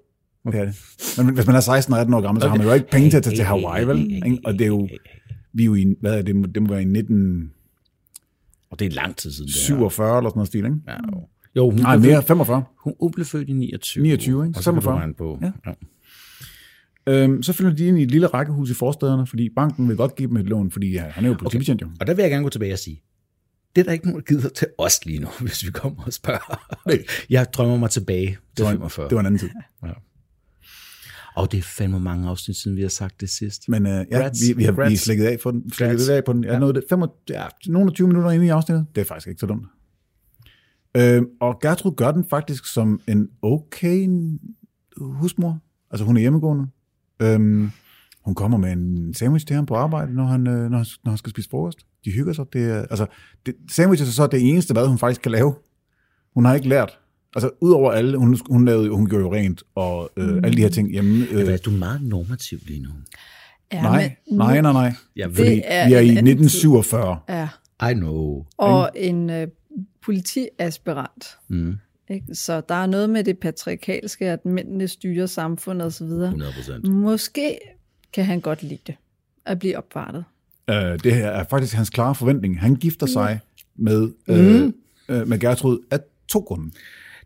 S2: okay. det er det. Men hvis man er 16 og 18 år gammel, så har man jo ikke penge til at tage til Hawaii, vel? Ikke? Og det er jo, vi er jo i, en- hvad er det, det må være i 1947
S1: Og det er lang tid siden. det er.
S2: eller sådan noget stil, ikke?
S1: Ja, jo. jo, hun,
S2: Nej,
S1: blev
S2: mere,
S1: født-
S2: 45.
S1: hun, hun blev født i 29.
S2: 29, ikke?
S1: Og så 45.
S2: 45.
S1: han på.
S2: Ja.
S1: Ja.
S2: Øhm, så følger de ind i et lille rækkehus i forstederne, fordi banken vil godt give dem et lån, fordi ja, han er jo politibetjent jo.
S1: Og der vil jeg gerne gå tilbage og sige, det er der ikke nogen, der gider til os lige nu, hvis vi kommer og spørger. Jeg drømmer mig tilbage til
S2: Det var,
S1: 45.
S2: en, det var en anden tid.
S1: Og det er fandme mange afsnit siden, vi har sagt det sidst.
S2: Men øh, ja,
S1: Rats.
S2: vi, vi, har, vi er
S1: Rats.
S2: slækket af på den. Slækket
S1: Rats.
S2: lidt af på den. Jeg nåede det. 25, ja, nogle af 20 minutter inde i afsnittet. Det er faktisk ikke så dumt. Øh, og Gertrud gør den faktisk som en okay husmor. Altså hun er hjemmegående. Øhm, hun kommer med en sandwich til ham på arbejde, når han, øh, når, han- når han skal spise frokost. De hygger sig. Det er, altså, det, sandwiches er så det eneste, hvad hun faktisk kan lave. Hun har ikke lært. Altså, udover alle, hun, hun, lavede, hun gjorde jo rent, og øh, alle de her ting hjemme. Øh,
S1: Hvad, du er meget normativ lige nu.
S3: Ja,
S2: Nej,
S3: men-
S2: nej, nej, nej.
S1: Ja,
S2: Fordi
S1: fordi-
S2: vi
S3: er
S2: er i
S3: en anden
S2: 1947.
S3: Ja,
S1: I know.
S3: og en øh, politiaspirant.
S1: Mm,
S3: Ikke? Så der er noget med det patriarkalske, at mændene styrer samfundet osv.
S1: 100 procent.
S3: Måske kan han godt lide det, at blive opvartet.
S2: Øh, det her er faktisk hans klare forventning. Han gifter
S3: Mm.
S2: sig med, øh, øh, med Gertrud af to grunde.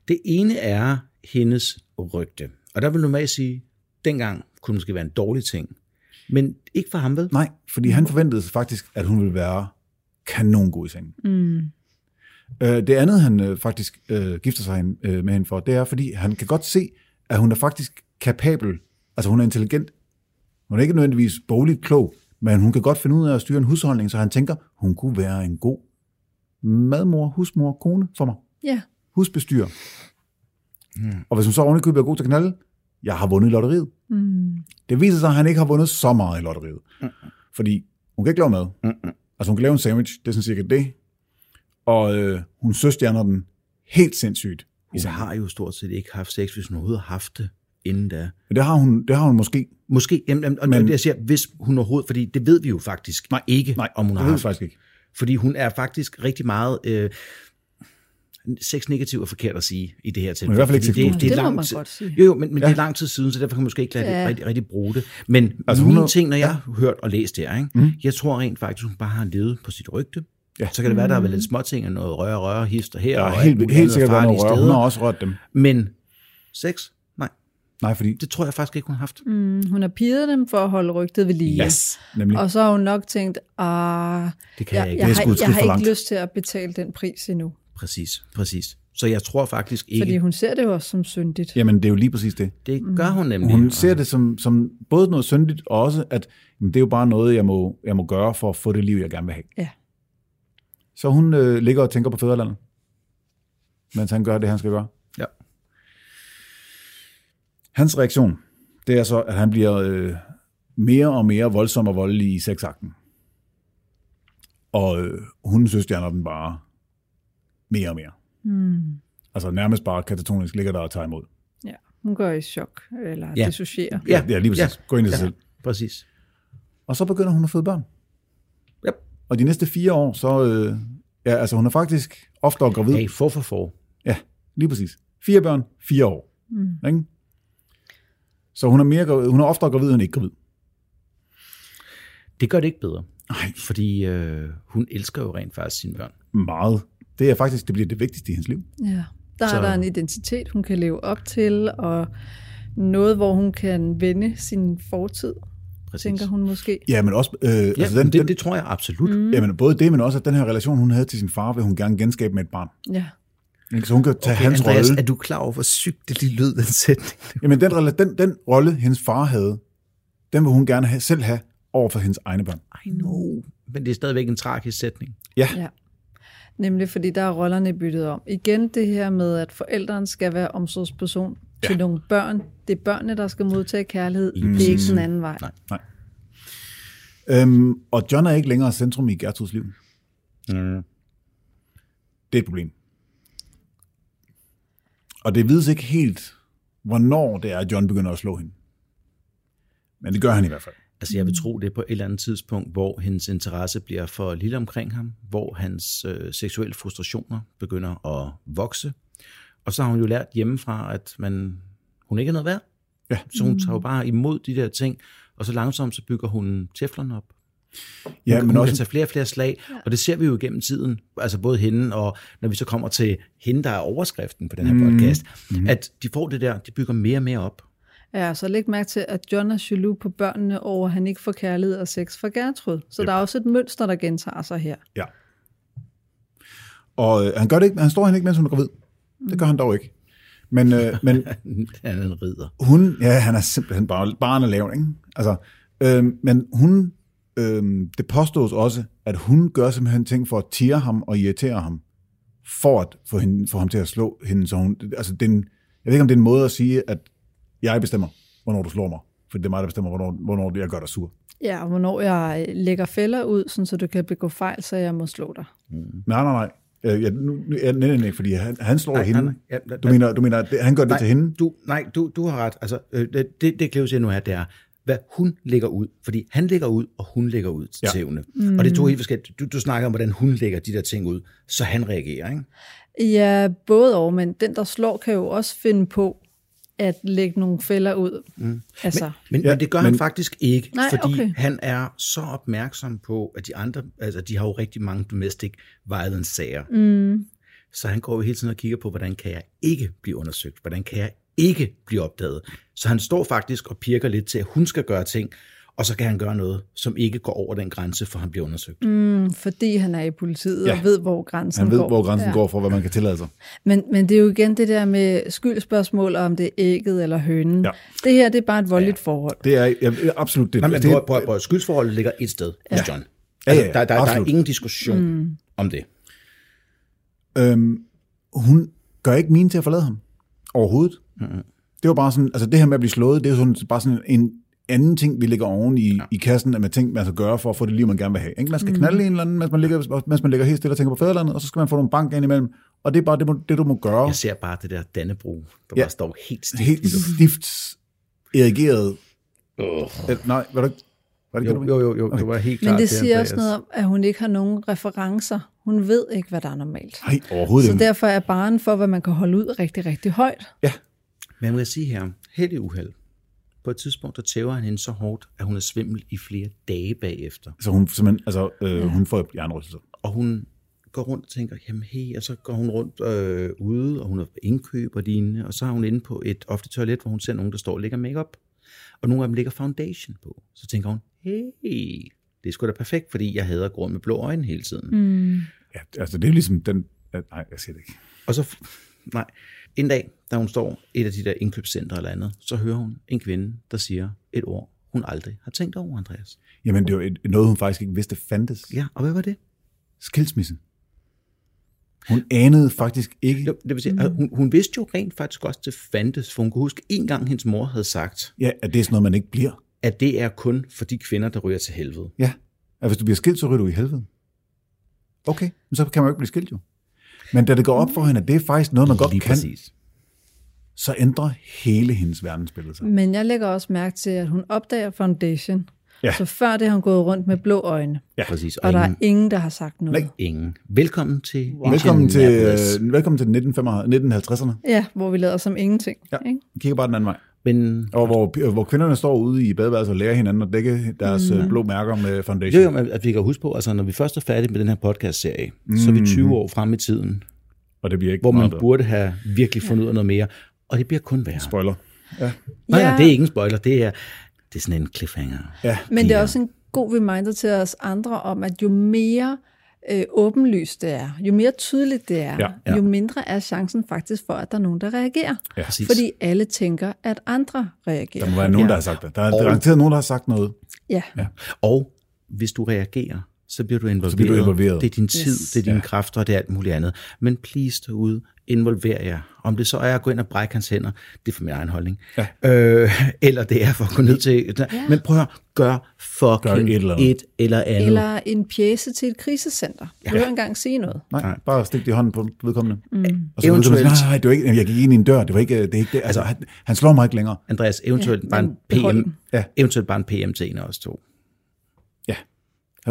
S1: Det ene er hendes rygte. Og der vil du normalt sige, dengang kunne det måske være en dårlig ting. Men ikke for ham, vel?
S2: Nej, fordi han forventede sig faktisk, at hun ville være kanongod i sengen. Mm. Øh, det andet, han øh, faktisk øh, gifter sig hende- øh, med hende for, det er, fordi han kan godt se, at hun er faktisk kapabel. Altså, hun er intelligent. Hun er ikke nødvendigvis bogligt klog, men hun kan godt finde ud af at styre en husholdning, så han tænker, hun kunne være en god madmor, husmor, kone for mig.
S3: Ja,
S2: husbestyrer. Mm.
S1: Hmm.
S2: Og hvis hun så ovenikøbet er god til at knalde, jeg har vundet i lotteriet. Mm. Det viser sig, at han ikke har vundet så meget i lotteriet. Mm. Fordi hun kan ikke lave mad. Mm. Altså hun kan lave en sandwich, det er sådan cirka det. Og øh, hun søstjerner den helt sindssygt. i
S1: Hun
S2: sengen.
S1: har jo stort set ikke haft sex, hvis hun overhovedet har haft det inden da.
S2: Men det har hun, det har hun måske.
S1: Måske, jamen, jamen, og
S2: Men-
S1: men, jeg siger, hvis hun overhovedet, fordi det ved vi jo faktisk nej, ikke, nej, om hun
S2: det
S1: har
S2: ved vi
S1: haft.
S2: faktisk ikke.
S1: Fordi hun er faktisk rigtig meget... Øh, sex negativ er forkert at sige i det her tilfælde.
S2: i hvert fald ikke
S1: fordi
S2: sexpositiv.
S3: Det må
S1: lang
S3: man
S1: tid-
S3: godt sige.
S1: Jo, jo, men, men ja. det
S2: Ja.
S1: er lang tid siden, så derfor kan man måske ikke lade
S3: Ja.
S1: det, rigtig, rigtig bruge det. Men
S2: Altså,
S1: altså,
S2: hun
S1: mine
S2: er-
S1: ting, når jeg har hørt og læst det her, ikke? Mm. jeg tror rent faktisk, hun bare har levet på sit rygte.
S2: Ja.
S1: Ja. Så kan det være, der har været
S3: Mm.
S1: lidt småting og noget røre, røre, hister her.
S2: Der
S1: og
S2: er
S1: alt
S2: helt,
S1: muligt
S2: helt
S1: andet
S2: sikkert været
S1: farlige
S2: noget rør. Hun har også rørt dem.
S1: Men sex? Nej,
S2: Nej, fordi...
S1: det tror jeg faktisk ikke, hun har haft.
S3: mm, hun har piget dem for at holde rygtet ved lige.
S2: Nemlig.
S3: Og så har hun nok tænkt, ah,
S1: Det kan
S3: jeg,
S1: jeg
S3: jeg,
S1: ikke.
S3: jeg,
S2: Det er
S3: har,
S2: sgu et
S3: jeg
S2: skridt
S3: har
S2: for langt.
S3: ikke lyst til at betale den pris endnu.
S1: Præcis, præcis. Så jeg tror faktisk ikke,
S3: Fordi hun ser det jo også som syndigt.
S2: Jamen, det er jo lige præcis det.
S1: det gør hun nemlig.
S2: Hun ser det som, som både noget syndigt, og også, at jamen, det er jo bare noget, jeg må, jeg må gøre for at få det liv, jeg gerne vil have.
S3: Ja.
S2: Så hun øh, ligger og tænker på fædrelandet, mens han gør det, han skal gøre.
S1: Ja.
S2: Hans reaktion, det er så, at han bliver øh, mere og mere voldsom og voldelig i sexakten. Og øh, hun synes, den bare mere og mere. Mm. Altså nærmest bare katatonisk ligger der og tager imod.
S3: Ja. Hun går i chok, eller ja.
S1: Ja.
S3: dissocierer.
S1: Ja.
S2: ja lige præcis. Ja. Gå ind i sig selv.
S1: Præcis.
S2: Og så begynder hun at føde børn.
S1: Yep.
S2: Og de næste fire år, så... Øh, ja, altså hun er faktisk oftere gravid.
S1: Hey, for for for.
S2: Ja, lige præcis. Fire børn, fire år. Mm. Ikke? Så hun er, mere, gravid- hun er oftere gravid end ikke gravid.
S1: Det gør det ikke bedre.
S2: Nej,
S1: Fordi øh, hun elsker jo rent faktisk sine børn.
S2: meget. Det er faktisk, det bliver det vigtigste i hendes liv.
S3: Ja. Der
S1: Så-
S3: er der en identitet, hun kan leve op til, og noget, hvor hun kan vende sin fortid,
S1: Præcis.
S3: tænker hun måske.
S2: Ja, men også... Øh, ja,
S1: Ja,
S2: altså den,
S1: det,
S2: den,
S1: det tror jeg absolut. Mm.
S2: Jamen, både det, men også, at den her relation, hun havde til sin far, vil hun gerne genskabe med et barn.
S3: Ja.
S2: Ikke? Så hun kan tage okay, hans
S1: Andreas,
S2: rolle.
S1: er du klar over, hvor sygt det lige lød, den sætning?
S2: Jamen, den, rela- den, den rolle, hendes far havde, Den vil hun gerne have, selv have over for hendes egne børn.
S1: I know. Men det er stadigvæk en tragisk sætning.
S3: Ja. Nemlig fordi der er rollerne byttet om. Igen det her med, at forældrene skal være omsorgsperson ja. til nogle børn. Det er børnene, der skal modtage kærlighed. Det er ikke den anden vej.
S1: Nej.
S2: Øhm, og John er ikke længere centrum i Gertruds liv.
S1: Mm.
S2: Det er et problem. Og det vides ikke helt, hvornår det er, at John begynder at slå hende. Men det gør han i hvert fald.
S1: Altså jeg vil tro, det er på et eller andet tidspunkt, hvor hendes interesse bliver for lille omkring ham, hvor hans øh, seksuelle frustrationer begynder at vokse. Og så har hun jo lært hjemmefra, at man, hun ikke er noget værd.
S2: Ja.
S1: Så hun tager jo bare imod de der ting, og så langsomt så bygger hun teflon op.
S2: Ja,
S1: hun
S2: men
S1: kan
S2: også,
S1: tage flere og flere slag, og det ser vi jo igennem tiden, altså både hende og når vi så kommer til hende, der er overskriften på den her podcast, mm. at de får det der, de bygger mere og mere op.
S3: Ja, så læg mærke til, at John er jaloux på børnene over, at han ikke får kærlighed og sex fra Gertrud. Så yep. der er også et mønster, der gentager sig her.
S2: ja. Og øh, han, gør det ikke, han står han ikke, mens hun er gravid. Det gør han dog ikke. Men, øh, men
S1: Han er en ridder.
S2: hun, ja, han er simpelthen bare, barn er lav, ikke? Altså, øhm, men hun, øhm, det påstås også, at hun gør simpelthen ting for at tire ham og irritere ham, for at få, hende, få ham til at slå hende. Så hun, altså, det er en, jeg ved ikke, om det er en måde at sige, at jeg bestemmer, hvornår du slår mig. For det er mig, der bestemmer, hvornår, hvornår jeg gør dig sur.
S3: Ja, og hvornår jeg øh, lægger fælder ud, sådan, så du kan begå fejl, så jeg må slå dig.
S2: Nej, nej, nej. Øh, Jeg, nu, nu, jeg nej, nej, fordi han, han slår nej, hende.
S1: nej, nej. Ja,
S2: du mener, du mener at det, han gør det
S1: nej,
S2: til hende?
S1: Du, nej, du, du har ret. Altså, øh, det, det, det Cleo siger nu her, det er, hvad hun lægger ud. Fordi han lægger ud, og hun lægger ud til
S2: Ja.
S1: ja. tævne. Mm. Og det er to helt forskellige. Du, du snakker om, hvordan hun lægger de der ting ud, så han reagerer, ikke?
S3: Ja, både og, men den, der slår, kan jo også finde på at lægge nogle fælder ud. Mm. Altså,
S1: Men,
S2: Ja,
S1: ja, men det gør
S2: men-
S1: men, han faktisk ikke,
S3: Nej,
S1: fordi
S3: okay.
S1: han er så opmærksom på, at de andre, altså de har jo rigtig mange domestic violence-sager. Mm. Så han går jo hele tiden og kigger på, hvordan kan jeg ikke blive undersøgt? Hvordan kan jeg ikke blive opdaget? Så han står faktisk og pirker lidt til, at hun skal gøre ting, og så kan han gøre noget, som ikke går over den grænse, for han bliver undersøgt. Mm.
S3: men, fordi han er i politiet ja.
S2: Ja.
S3: og ved, hvor grænsen
S2: Han ved,
S3: går.
S2: hvor grænsen ja. går for, hvad man kan tillade sig.
S3: Men, men det er jo igen det der med skyldspørgsmål, og om det er ægget eller hønen.
S2: Ja.
S3: Ja. Det her, det er bare et voldeligt ja. forhold.
S2: Det er jeg, jeg- absolut det.
S1: Nej, men
S2: det,
S1: prøv, prøv, prøv, skyldsforholdet ligger et sted ja. hos John.
S2: Ja, ja,
S1: Altså, der, der, der er
S2: absolut.
S1: ingen diskussion mm. om det.
S2: øhm, hun gør ikke mine til at forlade ham. Overhovedet. Mm-hmm. Det var bare sådan, altså det her med at blive slået, det er jo sådan, bare sådan en anden ting, vi lægger oven i, ja. i kassen, at man ting, man skal gøre for at få det liv, man gerne vil have. Ikke? Man skal knalde en eller anden, mens man, ligger, mens man ligger helt stille og tænker på fædrelandet, og så skal man få nogle bank ind imellem. Og det er bare det, må- det du må gøre.
S1: Jeg ser bare det der Dannebro, der
S2: Ja.
S1: ja. bare står helt stift.
S2: Helt stift, erigeret.
S1: Ugh.
S2: Øh, nej, var det ikke? Var det, ikke det, du
S1: Jo,
S2: mente?
S1: jo, jo, jo okay. det var helt klart.
S3: Men det siger
S1: Andreas.
S3: også noget om, at hun ikke har nogen referencer. Hun ved ikke, hvad der er normalt.
S2: Nej, overhovedet
S3: Så
S2: ikke.
S3: derfor er baren for, hvad man kan holde ud rigtig, rigtig højt.
S1: Men man kan sige her, held i uheld. På et tidspunkt, der tæver han hende så hårdt, at hun er svimmel i flere dage bagefter.
S2: Så hun, simpelthen, altså, øh, hun får jernrystelser.
S1: Og hun går rundt og tænker, jamen hey, og så går hun rundt øh, ude, og hun er på indkøb og lignende, og så er hun inde på et ofte toilet, hvor hun ser nogen, der står og lægger makeup. Og nogle af dem lægger foundation på. Så tænker hun, hey, det er sgu da perfekt, fordi jeg hader at gå rundt med blå øjne hele tiden. Mm.
S2: Ja, altså det er ligesom den... at- Nej, jeg siger det ikke.
S1: Og så, nej, en dag, da hun står i et af de der indkøbscentre eller andet, så hører hun en kvinde, der siger et ord, hun aldrig har tænkt over, Andreas.
S2: Jamen, det var et, noget, hun faktisk ikke vidste fandtes.
S1: Ja, og hvad var det?
S2: Skilsmisse. Hun anede faktisk ikke...
S1: Jo, det vil sige, mm. hun, hun vidste jo rent faktisk også, det fandtes, for hun kunne huske, en gang hendes mor havde sagt,
S2: Ja, at det er sådan noget, man ikke bliver.
S1: at det er kun for de kvinder, der ryger til helvede.
S2: Ja. At hvis du bliver skilt, så ryger du i helvede. Okay, men så kan man jo ikke blive skilt jo. Men da det går op for hende, at det er faktisk noget, man godt
S1: Lige
S2: kan,
S1: præcis.
S2: så ændrer hele hendes verdensbillede sig.
S3: Men jeg lægger også mærke til, at hun opdager foundation.
S2: Ja.
S3: Ja. Så før det har hun gået rundt med blå øjne.
S1: Ja. Præcis. Og,
S3: Og der er
S1: ingen,
S3: ingen, der har sagt noget.
S2: Nej.
S1: ingen. Velkommen til wow.
S2: Velkommen til, øh, velkommen til 1955, 1950'erne.
S3: Ja, hvor vi lader som ingenting.
S2: Ja.
S3: Ikke?
S2: Vi kigger bare den anden vej.
S1: Men
S2: Og hvor, hvor kvinderne står ude i badeværelset og lærer hinanden at dække deres mm. blå mærker med foundation.
S1: Jo, jo, men at vi kan huske på, altså når vi først er færdige med den her podcast-serie, mm. så er
S2: Mm-hmm.
S1: vi 20 år frem i tiden,
S2: Og det bliver ikke
S1: hvor man
S2: meget bedre.
S1: burde have virkelig fundet ud af noget mere, og det bliver kun værre.
S2: Spoiler.
S1: Nej,
S3: Ja.
S1: nej, det er ikke en spoiler, det er, det er sådan en cliffhanger.
S2: Ja.
S3: Men det er også en god reminder til os andre om, at jo mere øh, åbenlyst det er, jo mere tydeligt det er,
S2: Ja,
S3: ja,
S1: ja.
S3: ja. jo mindre er chancen faktisk for, at der er nogen, der reagerer.
S2: Ja.
S1: Præcis.
S3: Fordi alle tænker, at andre reagerer.
S2: Der må være nogen,
S1: Ja.
S2: der har sagt det. Der er der er garanteret nogen, der har sagt noget.
S3: Ja,
S1: Og hvis du reagerer, så bliver du involveret.
S2: bliver du involveret.
S1: Det er din tid,
S3: Yes.
S1: det er dine
S2: Ja.
S1: ja. kræfter, og det er alt muligt andet. Men please derude, involver jer. Om det så er at gå ind og brække hans hænder, det er for min egen holdning. Ja. Øh, eller det er for at gå ned til... Ja. Men prøv at høre, gør fucking
S2: Gør et
S1: gør
S2: eller
S1: et,
S2: andet.
S1: et eller andet. Eller...
S3: eller en pjæse til et krisecenter. Du ja. engang sige noget.
S2: Nej, Nej. bare stik det i hånden på vedkommende. Mm. Og så Eventuelt.
S1: Eventuelt-
S2: Nej, nej, det var ikke, jeg gik ind i en dør. Det var ikke, det er ikke det. Altså, han, han slår mig ikke længere.
S1: Andreas, eventuelt, ja, bare en
S3: men behold
S1: PM,
S3: den.
S2: Ja.
S1: ja. eventuelt bare en PM til en af os to.
S2: Ja.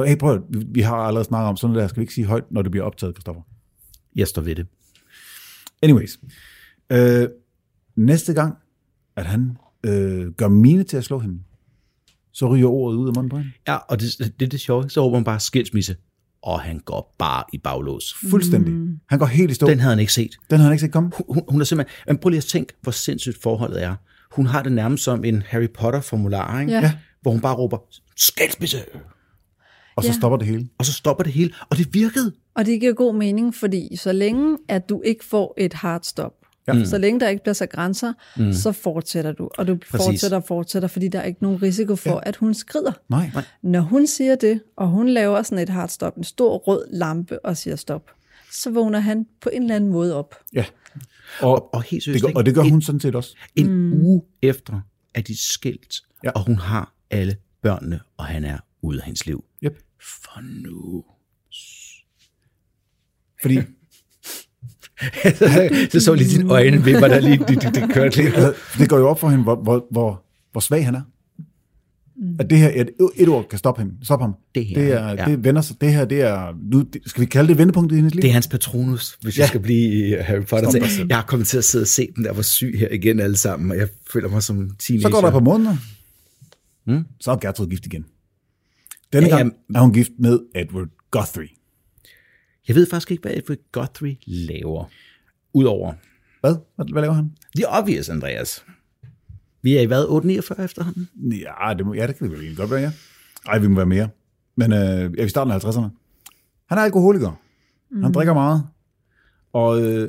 S2: Hey, prøv, at- vi, vi har allerede snakket om sådan noget der. Skal vi ikke sige højt, når det bliver optaget, Kristoffer?
S1: Jeg står ved det.
S2: Anyways. Øh, næste gang, at han øh, gør mine til at slå hende, så ryger ordet ud af munden på hende.
S1: Ja, og det, det er det sjove. Så råber man bare skilsmisse, og han går bare i baglås.
S2: Fuldstændig. Mm. Han går helt i stå. Den,
S1: Den havde han ikke set.
S2: den havde han ikke set komme.
S1: hun, hun er simpelthen... Men prøv lige at tænke, hvor sindssygt forholdet er. Hun har det nærmest som en Harry Potter-formular, ikke?
S3: Ja. Ja.
S1: hvor hun bare råber, skilsmisse!
S2: Og så
S3: Ja.
S2: stopper det hele.
S1: Og så stopper det hele. Og det virkede.
S3: Og det giver god mening, fordi så længe, at du ikke får et hard stop, ja. så længe der ikke bliver så grænser, mm. så fortsætter du. Og du Præcis. fortsætter og fortsætter, fordi der er ikke nogen risiko for, ja. at hun skrider.
S2: Nej. nej.
S3: Når hun siger det, og hun laver sådan et hard stop, en stor rød lampe og siger stop, så vågner han på en eller anden måde op.
S2: Ja. Og,
S1: Og helt
S2: det
S1: seriøst,
S2: gør,
S1: ikke?
S2: og det gør hun sådan set også.
S1: en, en uge efter er de skilt,
S2: Ja.
S1: ja. og hun har alle børnene, og han er ude af hendes liv.
S2: Yep.
S1: For nu.
S2: Fordi
S1: så så lige dine øjne ved mig, der lige det, det, det kørte lidt.
S2: altså, det går jo op for hende, hvor, hvor, hvor, hvor svag han er. Mm. At det her, et, et ord kan stoppe ham. Stoppe ham.
S1: Det her,
S2: det, er,
S1: ja.
S2: det vender sig. Det her, det er, nu, det, skal vi kalde det vendepunktet i hendes liv?
S1: Det er hans patronus, hvis ja. jeg skal blive i øh, Harry Potter.
S2: Stop dig selv.
S1: Jeg har kommet til at sidde og se dem der, hvor syg her igen alle sammen, og jeg føler mig som teenager.
S2: Så går der på måneder. Mm. Så er Gertrud gift igen. Denne
S1: Ja,
S2: gang er hun gift med Edward Guthrie.
S1: Jeg ved faktisk ikke, hvad Edward Guthrie laver. Udover
S2: Hvad? Hvad, hvad laver han?
S1: The Obvious, Andreas. Vi er i hvad, 849 efterhånden?
S2: Ja, det, må, ja, det kan det vel egentlig godt være, ja. Ej, vi må være mere. Men øh, ja, vi starter i 50'erne. Han er alkoholiker. Mm. Han drikker meget. Og øh,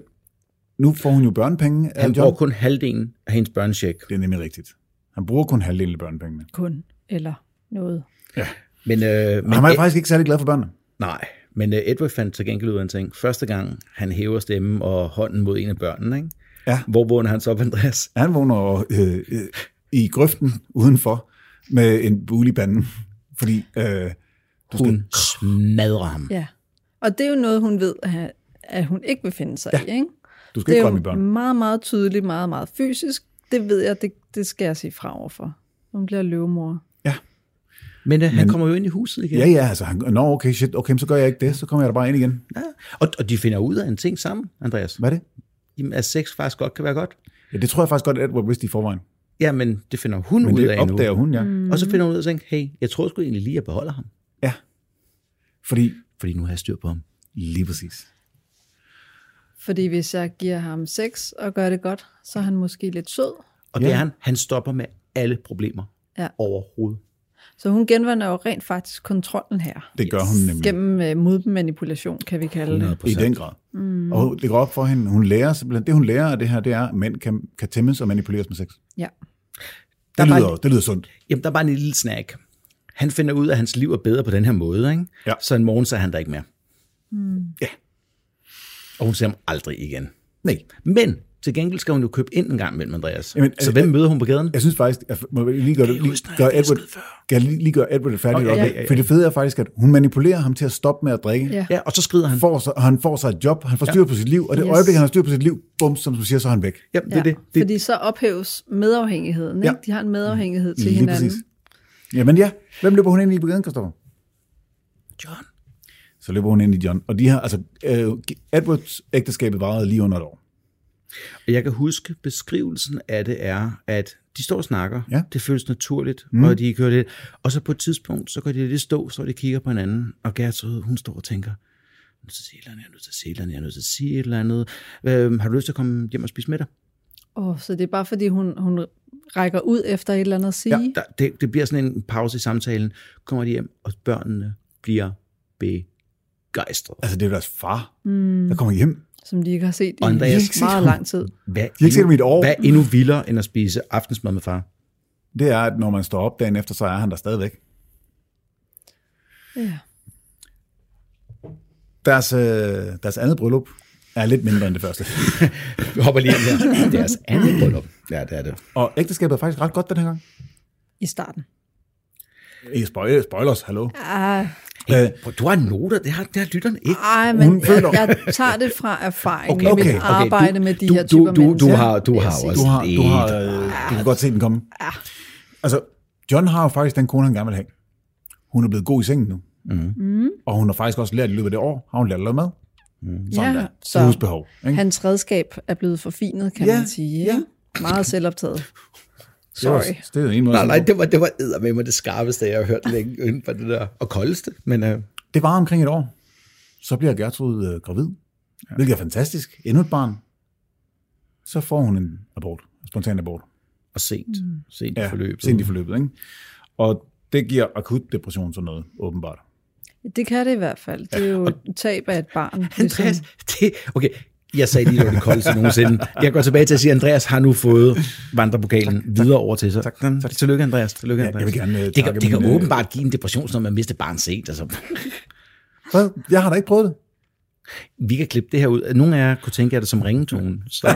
S2: nu får hun jo børnepenge af
S1: Han
S2: John.
S1: bruger kun halvdelen af hendes børnecheck.
S2: Det er nemlig rigtigt. Han bruger kun halvdelen af børnepengene.
S3: Kun eller noget.
S1: Men, øh, men
S2: Men han er
S1: Ed-
S2: faktisk ikke særlig glad for børnene.
S1: nej, men øh, Edward fandt til gengæld ud af en ting. Første gang, han hæver stemmen og hånden mod en af børnene, ikke?
S2: Ja.
S1: Hvor vågner han så op, Andreas?
S2: Han vågner øh, øh, i grøften udenfor med en bule i panden. Fordi øh, du skal
S1: Hun smadrer ham.
S3: Ja. Og det er jo noget, hun ved, at han- at hun ikke vil finde sig ja. i. Ikke?
S2: Du skal
S3: Det
S2: ikke
S3: er
S2: drømme
S3: jo
S2: i børn.
S3: meget, meget tydeligt, meget, meget fysisk. Det ved jeg, det, det skal jeg sige fra overfor. Hun bliver løvemor.
S1: Men øh, han kommer jo ind i huset igen.
S2: Ja, ja, altså, han, nå, okay, shit, okay, men så gør jeg ikke det, så kommer jeg da bare ind igen.
S1: Ja. Og, og de finder ud af en ting sammen, Andreas.
S2: Hvad er det?
S1: Jamen, at sex faktisk godt kan være godt.
S2: Ja, det tror jeg faktisk godt, Edward vidste i forvejen.
S1: Ja, men det finder hun
S2: Men
S1: ud
S2: det
S1: af nu.
S2: opdager hun, ja. Mm.
S1: Og så finder hun ud af, at tænke, hey, jeg tror sgu egentlig lige, at jeg beholder ham.
S2: Ja, fordi,
S1: Fordi nu har jeg styr på ham.
S2: lige præcis.
S3: Fordi hvis jeg giver ham sex og gør det godt, så er han måske lidt sød.
S1: Og ja. det
S2: Ja.
S1: er han. Han stopper med alle problemer
S3: Ja.
S1: overhovedet.
S3: Så hun genvinder jo rent faktisk kontrollen her.
S2: Det gør hun nemlig.
S3: Gennem øh, modmanipulation, kan vi kalde det.
S2: I den grad. Mm. Og det går op for hende. Hun lærer simpelthen, det hun lærer af det her, det er, at mænd kan, kan tæmmes og manipuleres med sex.
S3: Ja.
S1: Der
S2: Det
S1: er,
S2: lyder,
S1: bare,
S2: det lyder sundt.
S1: jamen, der er bare en lille snack. Han finder ud af, at hans liv er bedre på den her måde. Ikke?
S2: Ja.
S1: Så en morgen, så er han der ikke mere.
S2: Ja.
S1: Og hun ser ham aldrig igen.
S2: Nej.
S1: Men til gengæld skal hun jo købe ind en gang mellem Andreas.
S2: Jamen,
S1: Jamen, så
S2: altså,
S1: hvem møder hun på gaden?
S2: Jeg synes faktisk, jeg må jeg lige gøre, det, lige,
S1: husker jeg,
S2: gøre
S1: det er
S2: Edward,
S1: skide før.
S2: kan jeg lige, lige gøre Edward færdig.
S1: Okay,
S2: Okay,
S1: ja,
S2: ja,
S1: ja, ja.
S2: For det fede er faktisk, at hun manipulerer ham til at stoppe med at drikke.
S3: Ja.
S1: Ja, og så skrider han.
S2: Får sig, og han får sig et job, han får styr på sit liv, og det
S3: Yes.
S2: øjeblik, han har styr på sit liv, bum, som du siger, så er han væk.
S1: Ja, det er det. det.
S3: Fordi så ophæves medafhængigheden. Ikke?
S2: Ja.
S3: Ja. De har en medafhængighed til
S2: Lige
S3: hinanden.
S2: præcis. Jamen ja, hvem løber hun ind i på gaden, Christoffer?
S1: John.
S2: Så løber hun ind i John. Og de her, altså, øh, Edwards ægteskabet varede lige under et år.
S1: Og jeg kan huske, beskrivelsen af det er, at de står og snakker,
S2: Ja.
S1: ja. det føles naturligt, mm. og de kører det. Og så på et tidspunkt, så går de lidt stå, så de kigger på hinanden, og Gertrud, hun står og tænker, jeg er nødt til at sige et eller andet, jeg er nødt til at sige et eller andet, jeg er nødt til at sige et eller andet. Øhm, har du lyst til at komme hjem og spise med dig?
S3: Oh, så det er bare fordi, hun, hun rækker ud efter et eller andet at sige.
S1: Ja, der, det, det bliver sådan en pause i samtalen. Kommer de hjem, og børnene bliver begejstrede.
S2: Altså, det er jo deres far, mm. der kommer hjem.
S3: som de ikke har set i
S1: Og Andreas-
S3: meget lang tid.
S1: Hvad
S2: ikke set
S1: endnu-
S2: dem i et år.
S1: Hvad endnu vildere end at spise aftensmad med far?
S2: Det er, at når man står op dagen efter, så er han der stadigvæk.
S3: Ja.
S2: Deres, øh, deres andet bryllup er lidt mindre end det første.
S1: Vi hopper lige ind her. Deres andet bryllup. Ja, det er det.
S2: Og ægteskabet er faktisk ret godt den her gang.
S3: I starten.
S2: I spoil- spoilers, hallo.
S3: Ah,
S2: Øh,
S1: Prøv, du har noter, det har, det har lytterne ikke.
S3: ej, men
S2: Hun føler-
S3: jeg, jeg tager det fra erfaring okay,
S1: Okay,
S3: i Ah, mit
S2: okay, okay,
S3: okay, arbejde
S1: du-
S3: med de
S1: du-
S3: her
S1: du-
S3: typer
S1: du- du
S3: mennesker.
S1: har- du
S3: vil jeg
S1: har
S3: sige.
S1: også-
S2: du har, du,
S1: lidt.
S2: har, øh, du kan godt se den komme. Altså, John har jo faktisk den kone, han gerne vil have. Hun er blevet god i sengen nu. Mm. Og hun har faktisk også lært i løbet af det år, har hun lært at lave mad. Sådan
S3: Ja,
S2: der.
S3: så
S2: Så husbehov. Ikke?
S3: Hans redskab er blevet forfinet, kan
S2: Ja,
S3: man sige.
S2: ja.
S3: Ja. Meget selvoptaget.
S2: Det var-
S3: Sorry.
S2: Det er jo en måde.
S1: Nej, nej, det var, det var eddermame det skarpeste, jeg har hørt længe inden for det der. Og koldeste, men øh,
S2: Det var omkring et år. Så bliver Gertrud øh, gravid, ja. hvilket er fantastisk. Endnu et barn. Så får hun en abort, spontan abort.
S1: og sent.
S3: Mm.
S1: Sent i forløbet.
S2: sent i forløbet. Ikke? Og det giver akut depression sådan noget, åbenbart.
S3: Det kan det i hvert fald. Det er jo et tab af et barn.
S1: Andreas, det, okay, jeg sagde lige, det var det koldeste nogensinde. Jeg går tilbage til at sige, at Andreas har nu fået vandrepokalen tak, videre over til sig.
S2: tak,
S1: Tak,
S2: tak.
S1: tak. Tillykke, Andreas. Tillykke,
S2: Ja,
S1: Andreas.
S2: jeg vil gerne, øh,
S1: det kan,
S2: takke
S1: det kan
S2: mine, øh,
S1: åbenbart give en depression, når man mister barn sent. Altså.
S2: Så jeg har da ikke prøvet det.
S1: Vi kan klippe det her ud. Nogle af jer kunne tænke jer det som ringetone. Så, øh,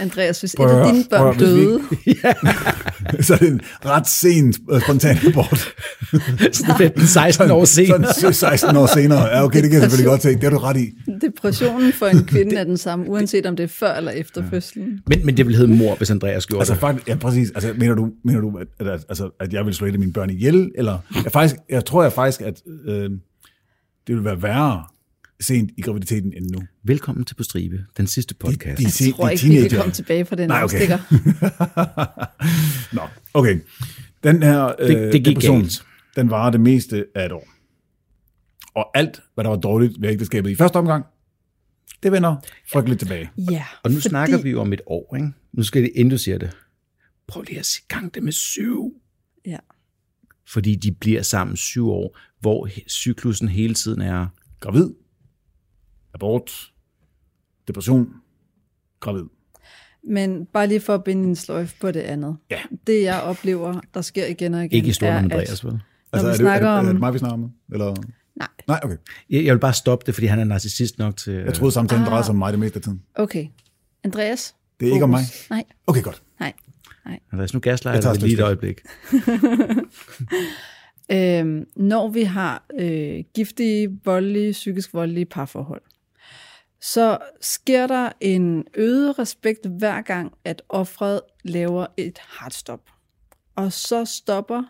S3: Andreas, hvis
S2: Prøv
S3: et
S2: at
S3: af
S2: høre,
S3: dine
S2: prøv at
S3: børn
S2: høre, hvis vi
S3: døde,
S2: så er det en ret sen øh, spontan abort.
S1: sådan 15-16 år senere.
S2: Sådan 16 år senere. Ja, okay, det kan jeg selvfølgelig godt se. Det har du ret i.
S3: depressionen for en kvinde er den samme, uanset om det er før eller efter fødslen.
S1: Men, men det ville hedde mor, hvis Andreas gjorde
S2: Altså,
S1: altså, det.
S2: faktisk, ja, præcis. Altså, mener du, mener du at, at, at- altså, at jeg vil slå et af mine børn ihjel? Eller, jeg, faktisk, jeg tror jeg faktisk, at øh, det vil være værre sent i graviditeten end nu.
S1: Velkommen til På Stribe, den sidste podcast.
S2: De,
S1: De,
S2: er
S1: de,
S2: se-
S3: Jeg tror
S2: de er
S3: ikke, vi kan
S2: teenager.
S3: komme tilbage fra den
S2: Nej,
S3: Nej,
S2: okay.
S3: okay. afstikker.
S2: Nå, okay. Den her øh,
S1: Det- det gik
S2: depression,
S1: galt.
S2: den varer det meste af et år. Og alt, hvad der var dårligt ved ægteskabet i første omgang, det vender frygteligt tilbage.
S3: Ja,
S1: og nu fordi... snakker vi jo om et år, ikke? Nu skal det, inden du siger det. Prøv lige at se gang det med syv.
S3: Ja.
S1: Fordi de bliver sammen syv år, hvor he- cyklusen hele tiden er...
S2: Gravid, abort, depression, gravid.
S3: Men bare lige for at binde en sløjf på det andet.
S2: Ja.
S3: Det, jeg oplever, der sker igen og igen,
S1: Ikke i stolen
S3: er,
S1: om
S3: at-
S1: Andreas, vel?
S3: Når vi
S2: Altså, er det,
S3: snakker
S2: er, det, er
S3: om-
S2: det mig, vi snakker om? Eller?
S3: Nej,
S2: Nej, okay.
S1: Jeg, jeg vil bare stoppe det, fordi han er narcissist nok til...
S2: Jeg troede, samtalen drejede sig om mig det meste af tiden.
S3: okay. Andreas?
S2: Det er ikke om mig.
S3: Fokus. Nej,
S2: Okay, godt.
S3: nej.
S1: Andreas, nu
S2: Jeg
S1: gaslejer
S2: tager
S1: jeg dig lige et
S2: slet-
S1: øjeblik.
S3: Øhm, når vi har øh, giftige, voldelige, psykisk voldelige parforhold, så sker der en øget respekt hver gang, at offret laver et hardstop. Og så stopper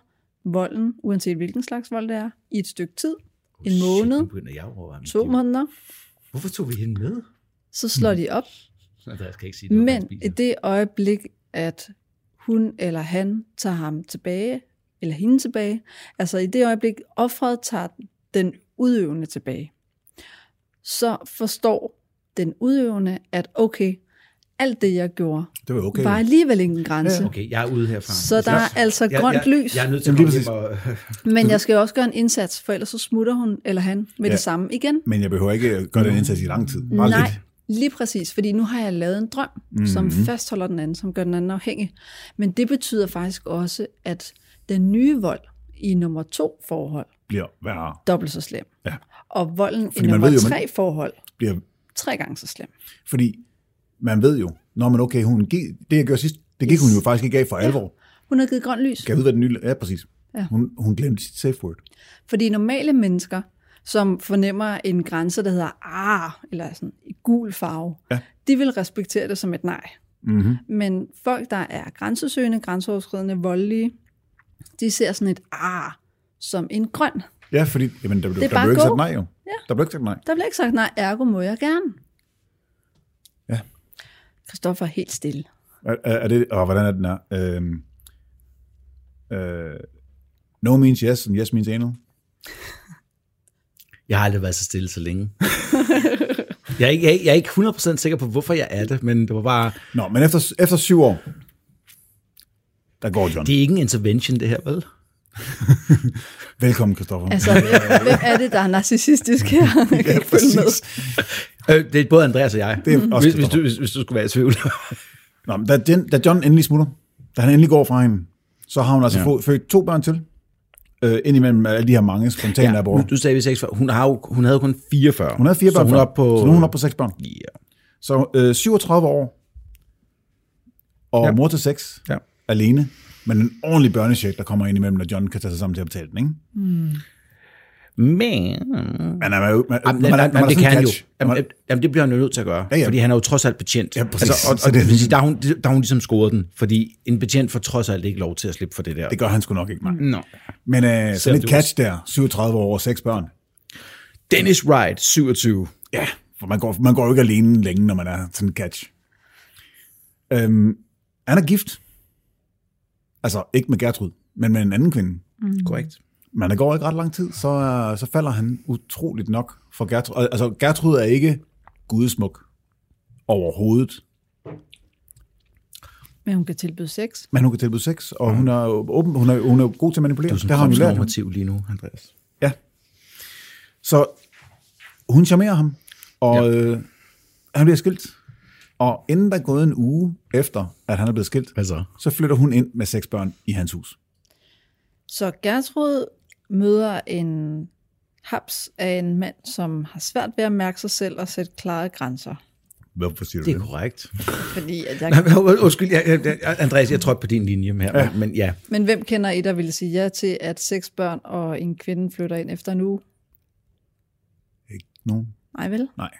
S3: volden, uanset hvilken slags vold det er, i et stykke tid, en måned,
S1: nu begynder jeg at overveje mit
S3: to
S1: liv.
S3: måneder,
S1: Hvorfor tog vi hende med?
S3: så slår de op,
S1: Andreas kan ikke sige det. når han
S3: Men
S1: spiser.
S3: i det øjeblik, at hun eller han tager ham tilbage, eller hende tilbage, altså i det øjeblik, offret tager den udøvende tilbage, så forstår den udøvende, at okay, alt det, jeg gjorde,
S2: Det var okay.
S3: okay. var alligevel ingen grænse.
S2: Ja,
S3: Okay.
S1: Okay, jeg er ude herfra.
S3: Så der er altså grønt
S1: jeg,
S3: lys,
S1: Jeg er nødt til at
S2: Jamen,
S1: komme
S2: lige
S1: hjem og...
S3: men jeg skal også gøre en indsats, for ellers så smutter hun eller han med
S2: Ja.
S3: det samme igen.
S2: Men jeg behøver ikke gøre den indsats i lang tid. Bare
S3: Nej,
S2: lidt. Mhm.
S3: lige præcis, fordi nu har jeg lavet en drøm, mm-hmm. som fastholder den anden, som gør den anden afhængig. Men det betyder faktisk også, at den nye vold i nummer to forhold,
S2: Bliver værre.
S3: dobbelt så slem.
S2: Ja.
S3: Og volden
S2: Fordi man
S3: i nummer
S2: ved jo, man-
S3: tre forhold,
S2: Bliver,
S3: tre gange så slem.
S2: fordi man ved jo, når man okay, hun gik, det jeg gjorde sidst, det gik hun jo faktisk ikke af for alvor.
S3: Hun har givet grønt lys.
S2: Kan jeg vide, hvad den nye... Ja, præcis.
S3: Ja.
S2: Hun, hun glemte sit safe word.
S3: Fordi normale mennesker, som fornemmer en grænse, der hedder ah, eller sådan i gul farve,
S2: Ja.
S3: de vil respektere det som et nej.
S2: Mm-hmm.
S3: Men folk, der er grænsesøgende, grænseoverskridende, voldelige, de ser sådan et ah som en grøn.
S2: Ja, fordi jamen, der blev,
S3: Det er
S2: der
S3: bare
S2: blev ikke
S3: go.
S2: sagt nej jo.
S3: Ja.
S2: Der blev ikke sagt nej.
S3: Der bliver ikke sagt nej, ergo må jeg gerne.
S2: Ja.
S3: Christoffer er helt stille.
S2: Er, er, er det, og hvordan er den her? Øhm, øh, no means yes, and yes means anal.
S1: Jeg har aldrig været så stille så længe. jeg, er ikke, jeg, er ikke- jeg er ikke 100% sikker på, hvorfor jeg er det, men det var bare...
S2: Nå, men efter, efter syv år, der går John.
S1: Det er ikke en intervention, det her, vel?
S2: Velkommen, Kristoffer.
S3: Altså, hvem- hvem er det, der er narcissistisk her? Jeg kan ikke følge med.
S1: Øh, det er både Andreas og jeg, Mm.
S2: Det er også
S1: hvis, hvis,
S2: Christoffer.
S1: du, hvis, hvis du skulle være i tvivl.
S2: Nå, men da, Jen, da John endelig smutter, da han endelig går fra hende, så har hun altså ja. fået, født to børn til. Øh, indimellem alle de her mange spontane ja, aborter.
S1: nu, nu sagde vi 6, hun, har jo, hun havde jo kun 44.
S2: Hun havde fire
S1: så
S2: børn
S1: Hun
S2: før,
S1: er oppe på,
S2: så nu er hun oppe på seks børn.
S1: Ja.
S2: Så øh, 37 år, og
S1: Ja.
S2: ja. mor til seks,
S1: Ja.
S2: ja. alene, men en ordentlig børnecheck, der kommer ind imellem, når John kan tage sig sammen til at betale den, ikke?
S1: Men...
S2: Men han er jo... Man,
S1: Jamen, jamen, jamen, det kan han jo.
S2: Jamen,
S1: Jamen, jamen, det bliver han jo nødt til at gøre, ja,
S2: Ja,
S1: ja.
S2: ja.
S1: fordi han er jo trods alt betjent. Altså,
S2: Ja, præcis.
S1: og,
S2: Så
S1: og,
S2: det er
S1: det,
S2: ligesom-
S1: der, har hun, der har hun ligesom scoret den, fordi en betjent får trods alt ikke lov til at slippe for det der.
S2: det gør han sgu nok ikke, nej.
S1: Nå.
S2: Men øh, sådan
S1: Selvom
S2: et
S1: Mm. du-
S2: catch der, 37 år og seks børn.
S1: Dennis Wright, 27.
S2: Ja, for man går, man går jo ikke alene længe, når man er sådan en catch. Øhm, han er gift. Altså, ikke med Gertrud, men med en anden kvinde.
S1: Mm. Korrekt.
S2: Men der går ikke ret lang tid, så, øh, så falder han utroligt nok for Gertrud. Og, Altså, Gertrud er ikke gudesmuk overhovedet,
S3: Men hun kan tilbyde sex.
S2: men hun kan tilbyde sex, og hun er, jo åben, hun er, hun er jo god til at manipulere. Det,
S1: Som
S2: det har hun jo lært. jo.
S1: kropsnormativ lige nu, Andreas.
S2: Ja. Så hun charmerer ham, og ja. øh, han bliver skilt. Og inden der er gået en uge efter, at han er blevet skilt,
S1: Hvad så?
S2: så flytter hun ind med seks børn i hans hus.
S3: Så Gertrud møder en haps af en mand, som har svært ved at mærke sig selv og sætte klare grænser.
S2: Hvorfor siger
S1: Det er korrekt.
S3: Fordi at jeg...
S1: Nej, men und- Undskyld, jeg, jeg, jeg, Andreas, jeg trådte på din linje her, ja. men ja.
S3: Men hvem kender I, der ville sige ja til, at seks børn og en kvinde flytter ind efter en uge?
S2: Ikke nogen.
S3: Nej vel?
S2: Nej.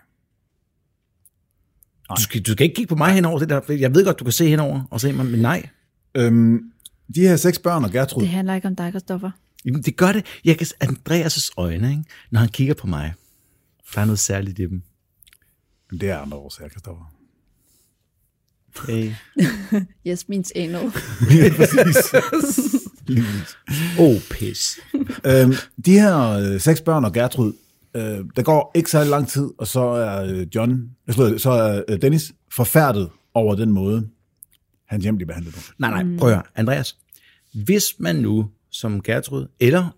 S1: Du skal, du skal ikke kigge på mig henover det der. for Jeg ved godt, du kan se henover og se mig, men nej.
S2: Øhm, de her seks børn og Gertrud,
S3: Det handler ikke om dig, Kristoffer.
S1: Jamen, det gør det. Jeg kan, s- Andreas' øjne, ikke? når han kigger på mig, der er noget særligt i dem.
S2: det, det er andre årsager, Kristoffer.
S1: Hey.
S3: Yes, means anal.
S2: Lige præcis. Lige præcis.
S1: Oh, pis.
S2: øhm, de her øh, seks børn og Gertrud, øh, der går ikke særlig lang tid, og så er øh, John, jeg slutter, så er øh, Dennis forfærdet over den måde, hans hjem bliver behandlet på.
S1: Nej, nej, prøv at høre. Andreas, hvis man nu som Gertrud eller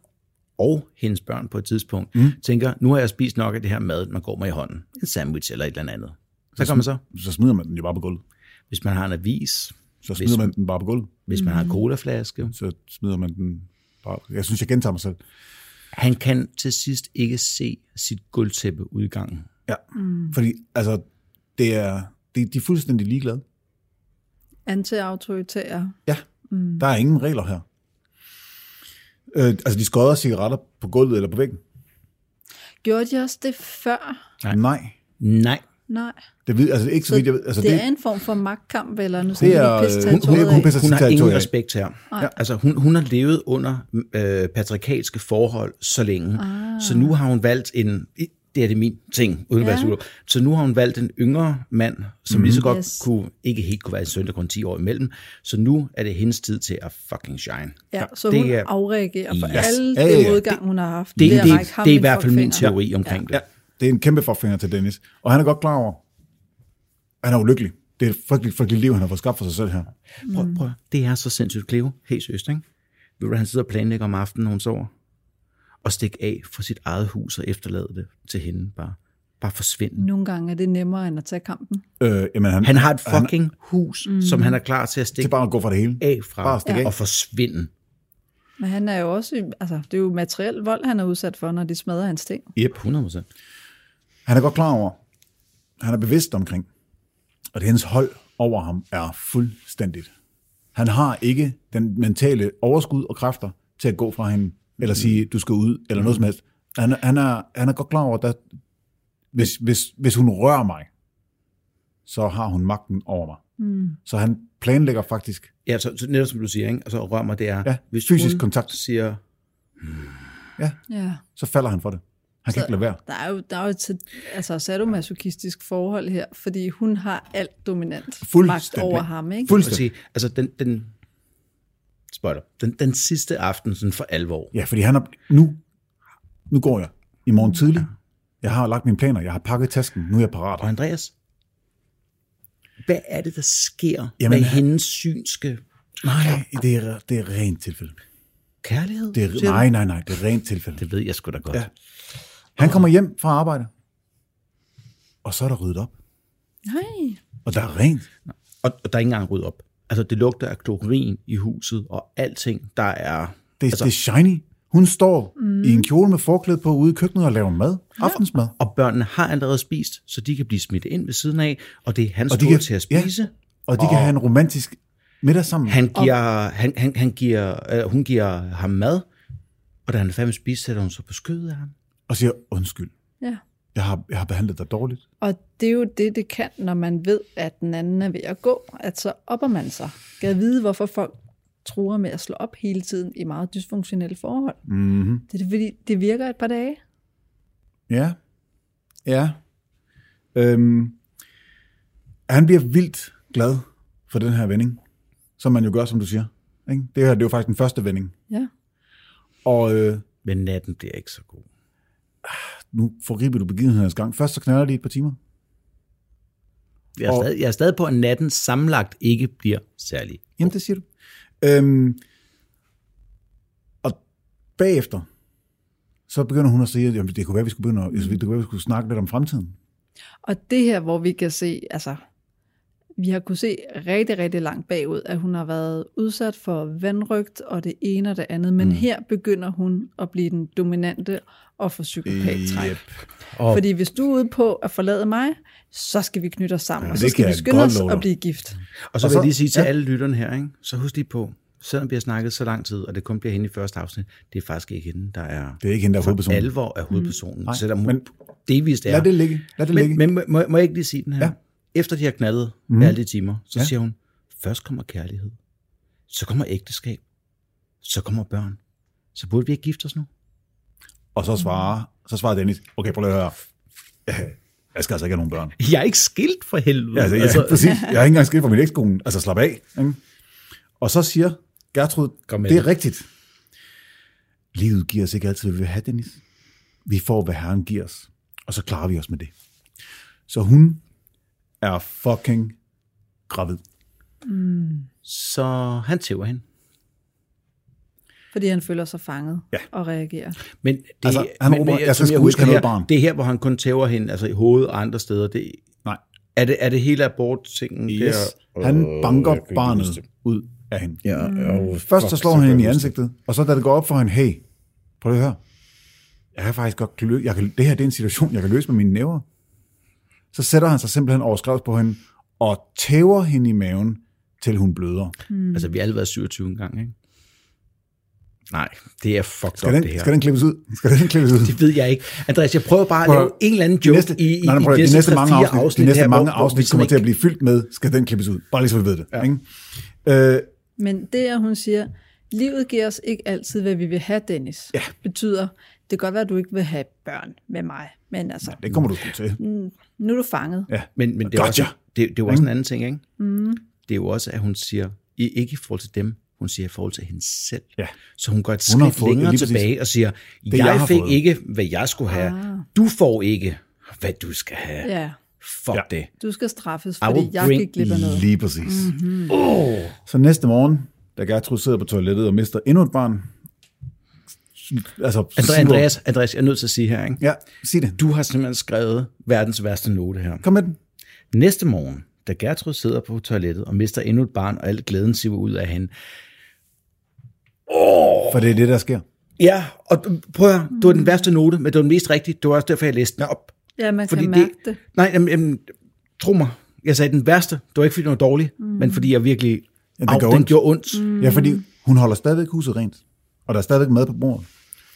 S1: og hendes børn på et tidspunkt, mm. tænker, nu har jeg spist nok af det her mad, man går med i hånden. En sandwich eller et eller andet. Så kommer så.
S2: Så smider man den jo bare på gulvet.
S1: Hvis man har en avis,
S2: Så smider man den bare på gulvet.
S1: hvis man
S3: Mhm.
S1: har en colaflaske,
S2: Så smider man den bare. Jeg synes, jeg gentager mig selv.
S1: Han kan til sidst ikke se sit gulvtæppe udgangen.
S2: Ja. Mm. Fordi altså, det er, det, de er fuldstændig ligeglade.
S3: Anti-autoritære.
S2: Ja, mm. der er ingen regler her. Øh, altså, de skodder cigaretter på gulvet eller på væggen.
S3: Gjorde de også det før?
S1: Nej.
S2: Nej.
S1: Nej.
S3: Nej.
S2: Det ved, altså, ikke så vidt jeg ved. Altså,
S3: det, det er en form for magtkamp, eller nu skal
S2: Det
S3: vi
S2: er,
S3: lige pisse
S2: øh, hun- hun- hun
S3: territoriet
S2: pisser-
S3: af.
S1: Hun
S2: Så sit
S1: har ingen
S2: territorium.
S1: respekt her. Ja. Altså, hun, hun har levet under øh, patriarkalske forhold så længe, ah. så nu har hun valgt en... Det er det min ting, uden ja. at være
S3: Ja.
S1: psykolog. Så nu har hun valgt en yngre mand, som mm. lige så godt yes.
S3: Yes.
S1: kunne, ikke helt kunne være en søn, der kun 10 år imellem. Så nu er det hendes tid til at fucking shine.
S3: Ja, så
S1: det
S3: hun
S1: er-
S3: afreagerer for
S1: Yes.
S3: alle
S2: Ja, ja, ja.
S3: den modgang, hun har haft.
S1: Det, det,
S3: at
S1: det,
S3: række
S1: det,
S3: ham
S1: det er i
S3: en
S1: hvert fald min
S3: fuckfinger.
S1: teori omkring ja.
S2: Ja,
S1: det.
S2: det er en kæmpe forfinger til Dennis. Og han er godt klar over, at han er ulykkelig. Det er et frygteligt, frygteligt liv, han har fået skabt for sig selv her.
S1: Prøv, prøv. Det er så sindssygt Cleo, helt søst, ikke? Ved du, hvad han sidder og planlægger om aftenen, når hun sover? Og stikke af fra sit eget hus og efterlade det til hende. Bare, bare forsvinde.
S3: Nogle gange er det nemmere, end at tage kampen.
S2: Øh, jamen, han,
S1: Han har et fucking han, hus, mm. som han er klar til at
S2: til
S1: stikke
S2: bare at gå fra det hele.
S1: af fra
S2: bare stikke
S1: ja.
S2: af.
S1: og forsvinde.
S3: Men han er jo også, altså det er jo materiel vold, han er udsat for, når de smadrer hans ting.
S1: Yep. 100%.
S2: Han er godt klar over, han er bevidst omkring, at hendes hold over ham er fuldstændigt. Han har ikke den mentale overskud og kræfter til at gå fra hende, eller sige, du skal ud, eller noget som helst. Han, han, er, han er godt klar over, at hvis, hvis, hvis hun rører mig, så har hun magten over mig. Mm. Så han planlægger faktisk,
S1: Ja, så, så netop som du siger, ikke? Altså, rør mig, det er,
S2: Ja,
S1: hvis
S2: fysisk
S1: hun
S2: kontakt.
S1: siger,
S3: Ja.
S2: så falder han for det. Han kan ikke lade være.
S3: Der er jo, der er jo et altså, sadomasochistisk forhold her, fordi hun har alt dominant magt
S2: Fuldstændig.
S3: over ham. Ikke?
S1: at
S2: Fuldstændig.
S1: sige altså den, den, spoiler, den, den sidste aften sådan for alvor,
S2: Ja, fordi han er, nu, nu går jeg i morgen tidlig. Jeg har lagt mine planer, jeg har pakket tasken, nu er jeg parat.
S1: Og Andreas, hvad er det, der sker Jamen,
S2: Jamen,
S1: med
S2: han-
S1: hendes synske?
S2: Nej, det er, det er rent tilfælde.
S1: Kærlighed?
S2: Det
S1: siger du?
S2: er, nej, nej, nej, det er rent tilfælde.
S1: Det ved jeg sgu da godt.
S2: Ja. Han kommer hjem fra arbejde, og så er der ryddet op.
S3: Nej.
S2: Og der er rent.
S1: Og, og der er ikke engang ryddet op. Altså, det lugter af klorin i huset, og alting, der er...
S2: Det, altså, det er shiny. Hun står mm. i en kjole med forklæde på ude i køkkenet og laver mad. Aftensmad.
S1: Og børnene har allerede spist, så de kan blive smidt ind ved siden af, og det er hans
S2: Og de
S1: tur
S2: kan-
S1: til at
S2: ja.
S1: spise.
S2: Og de kan have en romantisk middag sammen.
S1: Han giver, han, han, han giver, øh, hun giver ham mad, og da han er færdig med at spise, sætter hun sig på skødet af ham.
S2: Og siger, undskyld,
S3: Ja.
S2: jeg har, jeg har behandlet dig dårligt.
S3: Og det er jo det, det kan, når man ved, at den anden er ved at gå, at så opper man sig. Gad vide, hvorfor folk truer med at slå op hele tiden i meget dysfunktionelle forhold.
S2: Mm-hmm.
S3: Det er det, fordi, det virker et par dage.
S2: Ja. Ja. Øhm, han bliver vildt glad for den her vending, som man jo gør, som du siger. Ikke? Det her det er jo faktisk den første vending.
S3: Ja.
S2: Og øh,
S1: Men natten bliver ikke så god.
S2: nu forgriber du begivenhedernes gang. Først så knaller de et par timer.
S1: Jeg er,
S2: Og-
S1: stadig, jeg er stadig på, at natten sammenlagt ikke bliver særlig.
S2: Jamen, det siger du. Øhm, og bagefter, så begynder hun at sige, at jamen, det kunne være, vi skulle begynde at, altså, det kunne være, vi skulle snakke lidt om fremtiden.
S3: Og det her, hvor vi kan se, altså, vi har kunnet se rigtig, rigtig langt bagud, at hun har været udsat for vandrygt og det ene og det andet, men mm. her begynder hun at blive den dominante og få psykopattræk. Yep.
S1: Og
S3: Fordi hvis du er ude på at forlade mig, så skal vi knytte os sammen, ja, og så
S2: det
S3: skal
S2: kan
S3: vi
S2: jeg
S3: skynde
S2: godt
S3: os
S2: love
S3: og
S2: dig.
S3: blive gift.
S1: Og så
S2: Og
S1: vil jeg
S2: så-
S1: lige sige til
S2: ja.
S1: ja. alle lytterne her, ikke? så husk lige på, selvom vi har snakket så lang tid, og det kun bliver hende i første afsnit, det er faktisk ikke hende, der er,
S2: Det er ikke hende, der er hovedpersonen.
S1: alvor af hovedpersonen, mm.
S2: Nej,
S1: selvom hun
S2: men-
S1: delvist er.
S2: Lad det ligge. Lad det ligge.
S1: men men må- må, må jeg ikke lige sige den her?
S2: Ja.
S1: Ja. Efter de har knaldet mm. alle de timer, så
S2: Ja.
S1: ja. siger hun, først kommer kærlighed, så kommer ægteskab, så kommer børn. Så burde vi ikke gifte os nu?
S2: Og så svarer, så svarer Dennis, okay, prøv lige at høre. Jeg skal altså ikke have nogen børn.
S1: Jeg er ikke skilt for helvede.
S2: Ja, altså, jeg, altså, præcis, jeg har ikke engang skilt fra min ekskone. Altså, slap af. Ikke? Og så siger Gertrud,
S1: Kom med
S2: det er
S1: det."
S2: rigtigt. Livet giver os ikke altid, hvad vi vil have, Dennis. Vi får, hvad Herren giver os. Og så klarer vi os med det. Så hun er fucking gravid.
S1: Så han tæver hende.
S3: Fordi han føler sig fanget
S2: Ja.
S3: og reagerer.
S1: Men det,
S2: Altså, han
S1: men,
S2: råber,
S1: men,
S2: "Jeg skal
S1: som
S2: sgu ikke
S1: husker
S2: have
S1: det
S2: noget
S1: her-
S2: barn."
S1: Det er her, hvor han kun tæver hende, altså i hovedet og andre steder. Det,
S2: Nej.
S1: er, det, er det hele aborttingen?
S2: Yes. Han banker barnet ud af hende.
S4: Ja, mm.
S2: Først så slår han hende i ansigtet, og så da det går op for hende, hey, prøv lige at høre, jeg kan faktisk godt lø- jeg kan, det her det er en situation, jeg kan løse med mine næver. Så sætter han sig simpelthen overskrevet på hende, og tæver hende i maven, til hun bløder.
S1: Mm. Altså, vi har alle været 27 engang, ikke? Nej, det er fucked
S2: Skal
S1: up,
S2: den,
S1: det her.
S2: skal den klippes ud? Skal den klippes ud?
S1: Det ved jeg ikke. Andreas, jeg prøver bare at
S2: Prøv at
S1: lave
S2: høre.
S1: en eller anden
S2: De
S1: joke
S2: næste,
S1: i, i
S2: nej, nej, prøv, at
S1: i
S2: høre, de næste mange
S1: fire
S2: afsnit, de næste
S1: her,
S2: mange
S1: hvor- hvor vi
S2: afsnit
S1: sådan
S2: kommer til at
S1: ikke-
S2: blive fyldt med, skal den klippes ud? Bare lige så vi ved det. Ja. Ikke? Øh,
S3: Men det, at hun siger, livet giver os ikke altid, hvad vi vil have, Dennis, ja. betyder, det kan godt være, at du ikke vil have børn med mig, men altså, mm,
S2: det kommer du sgu til.
S3: nu er du fanget.
S2: Ja.
S1: Men, men det, er også,
S2: Gotcha. Mhm.
S1: det, det er jo også en anden ting, ikke? Mm. Det er jo også, at hun siger, i- ikke i forhold til dem, hun siger i forhold til hende selv.
S2: Ja.
S1: Så hun går et
S2: Hun har
S1: skridt
S2: fået- ja,
S1: længere
S2: lige præcis.
S1: tilbage og siger,
S2: jeg
S1: jeg,
S2: har
S1: jeg fik
S2: fået."
S1: ikke, hvad jeg skulle have. Ah. Du får ikke, hvad du skal have.
S3: Ja,
S1: Fuck
S2: Ja.
S1: ja. det.
S3: du skal straffes,
S1: will
S3: fordi jeg
S1: bring
S3: gik glip af noget.
S2: Lige præcis. Mm-hmm. Oh. Så næste morgen, da Gertrud sidder på toilettet og mister endnu et barn, altså,
S1: Andre,
S2: siger-
S1: Andreas, Andreas, jeg er nødt til at sige her, ikke?
S2: Ja, sig det.
S1: Du har simpelthen skrevet verdens værste note her.
S2: Kom med den.
S1: Næste morgen, da Gertrud sidder på toilettet og mister endnu et barn, og alt glæden siver ud af hende.
S2: For det er det, der sker.
S1: Ja, og du- prøv at høre, det var den værste note, men det var den mest rigtige. Det var også derfor, jeg læste den op.
S3: Ja, man
S1: Fordi
S3: kan mærke det.
S1: Nej, jamen, jamen, tro mig. Jeg sagde den værste. Det var ikke, fordi den var dårlig, mm. men fordi jeg virkelig... Ja,
S2: den
S1: den,
S2: gør
S1: den
S2: ondt.
S1: gjorde ondt. Mm.
S2: Ja, fordi hun holder stadigvæk huset rent, og der er stadigvæk mad på bordet.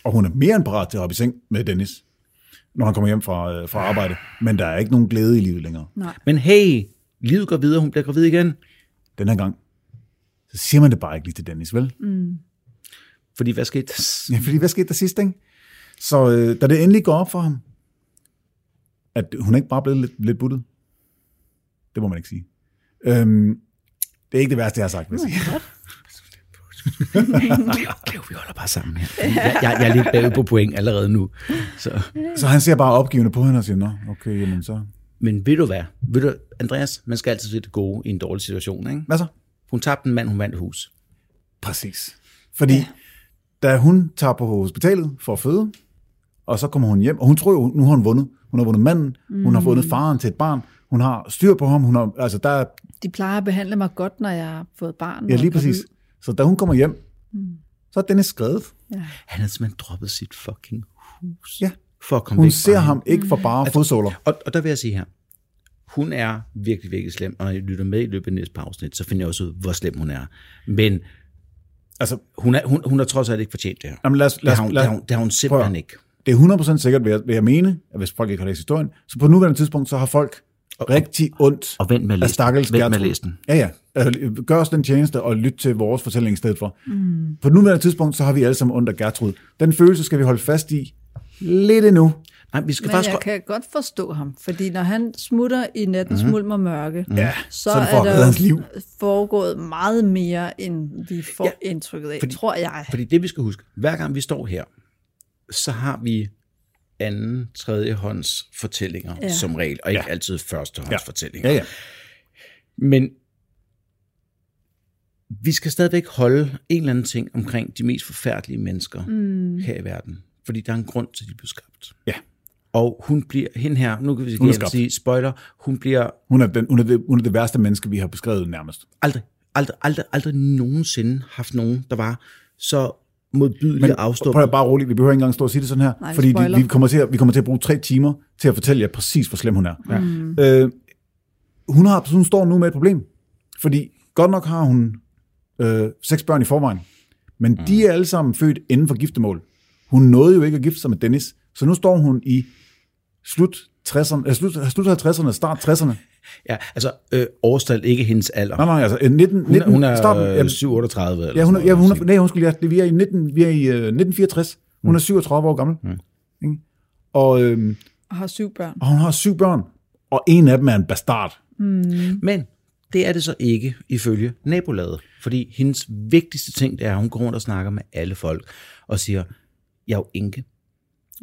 S2: Og hun er mere end parat til at hoppe i seng med Dennis, når han kommer hjem fra, øh, fra arbejde. Men der er ikke nogen glæde i livet længere.
S3: Nej.
S1: Men hey, livet går videre, hun bliver gravid igen.
S2: Den her gang, så siger man det bare ikke lige til Dennis, vel?
S1: Fordi hvad skete?
S2: Ja, fordi hvad skete der sidst, ikke? Så øh, da det endelig går op for ham, at hun er ikke bare blevet lidt, lidt buttet. Det må man ikke sige. Øhm, det er ikke det værste, jeg har sagt, hvis jeg.
S1: Cleo, vi holder bare sammen her. Jeg, jeg, jeg er lidt bagud på point allerede nu. Så.
S2: Så han ser bare opgivende på hende og siger, nå, okay, jamen så...
S1: Men ved du hvad? Ved du, Andreas, man skal altid se det gode i en dårlig situation, ikke?
S2: Hvad så?
S1: Hun tabte en mand, hun vandt et hus.
S2: Præcis. Fordi ja. Da hun tager på hospitalet for at føde, og så kommer hun hjem, og hun tror jo, nu har hun vundet. Hun har vundet manden, mm. hun har vundet faren til et barn, hun har styr på ham, hun har, altså der er,
S3: De plejer at behandle mig godt, når jeg har fået barn. og
S2: ja
S3: er
S2: lige præcis.
S3: gravid.
S2: Så da hun kommer hjem, mm. så er Dennis skrevet.
S3: Ja.
S1: Han har simpelthen droppet sit fucking hus.
S2: Ja.
S1: For at komme
S2: Hun
S1: væk fra
S2: ser ham ikke for bare Altså, fodsåler.
S1: Og, og der vil jeg sige her, hun er virkelig, virkelig slem, og når jeg lytter med i løbet af næste par afsnit, så finder jeg også ud, hvor slem hun er. Men
S2: Altså,
S1: hun, er, hun, hun har trods alt ikke fortjent det her.
S2: jamen lad os,
S1: Det
S2: lad
S1: har
S2: os,
S1: hun,
S2: lad
S1: det
S2: os,
S1: har hun, det har hun
S2: prøv at
S1: simpelthen
S2: høre.
S1: ikke.
S2: det er 100% sikkert, vil jeg, vil jeg mene, at hvis folk ikke har læst historien, så på nuværende tidspunkt, så har folk rigtig ondt
S1: Og vent med at
S2: af
S1: læse den. Vent
S2: stakkels
S1: med at
S2: Gertrud.
S1: læse den.
S2: Ja, ja. Øh, Gør os den tjeneste og lyt til vores fortælling i stedet for. Mm. På nuværende tidspunkt, så har vi alle sammen ondt af Gertrud. Den følelse skal vi holde fast i lidt endnu.
S1: Nej, vi skal
S3: Men
S1: faktisk...
S3: jeg kan godt forstå ham, fordi når han smutter i nattens mm-hmm. mulm og mørke,
S2: Mhm. Ja,
S3: så,
S2: så er det for
S3: er
S2: at redde
S3: der
S2: hans liv.
S3: jo foregået meget mere, end vi får ja, indtrykket af,
S1: fordi-
S3: fordi, tror jeg.
S1: Fordi det, vi skal huske, hver gang vi står her, så har vi anden, tredjehånds fortællinger ja.
S3: Ja.
S1: som regel, og ikke
S2: Ja.
S1: ja. altid førstehånds ja. fortællinger.
S2: Ja, ja.
S1: Men vi skal stadigvæk holde en eller anden ting omkring de mest forfærdelige mennesker mm. her i verden. Fordi der er en grund til, at de blev skabt.
S2: Ja.
S1: Og hun bliver, hende her, nu kan vi
S2: Hun er
S1: igen
S2: skabt.
S1: sige spoiler, hun bliver
S2: Hun er, den, hun, er det, hun er det værste menneske, vi har beskrevet nærmest.
S1: aldrig, aldrig, aldrig, aldrig nogensinde haft nogen, der var så modbydelig og
S2: prøv
S1: afstået.
S2: at bare roligt, vi behøver ikke engang stå og sige det sådan her,
S3: Nej,
S2: fordi
S3: spoiler.
S2: de, vi, kommer til at, vi kommer til at bruge tre timer til at fortælle jer præcis, hvor slem hun er. Ja.
S3: Mm.
S2: Øh, hun, har, hun står nu med et problem, fordi godt nok har hun øh, seks børn i forvejen, men mm. de er alle sammen født inden for giftemål. Hun nåede jo ikke at gifte sig med Dennis, så nu står hun i slut 60'erne, øh, slut, slut 50'erne, start 60'erne.
S1: Ja, altså, øh, overstal ikke hendes alder.
S2: Nej, nej, altså øh, 19,
S1: Hun, er-
S2: 19
S1: hun er
S2: starten,
S1: øh,
S2: jamen,
S1: 738 eller
S2: Ja, hun er,
S1: sådan
S2: ja, hun er,
S1: noget.
S2: nej, undskyld, ja, det- vi er i, 19, vi er i uh, 1964. Hun er 37 år gammel. Mm. Ikke? Og, øhm,
S3: Og har syv børn.
S2: og hun har syv børn, og en af dem er en bastard.
S1: Men det er det så ikke ifølge nabolaget. Fordi hendes vigtigste ting, det er, at hun går rundt og snakker med alle folk og siger, jeg er jo enke.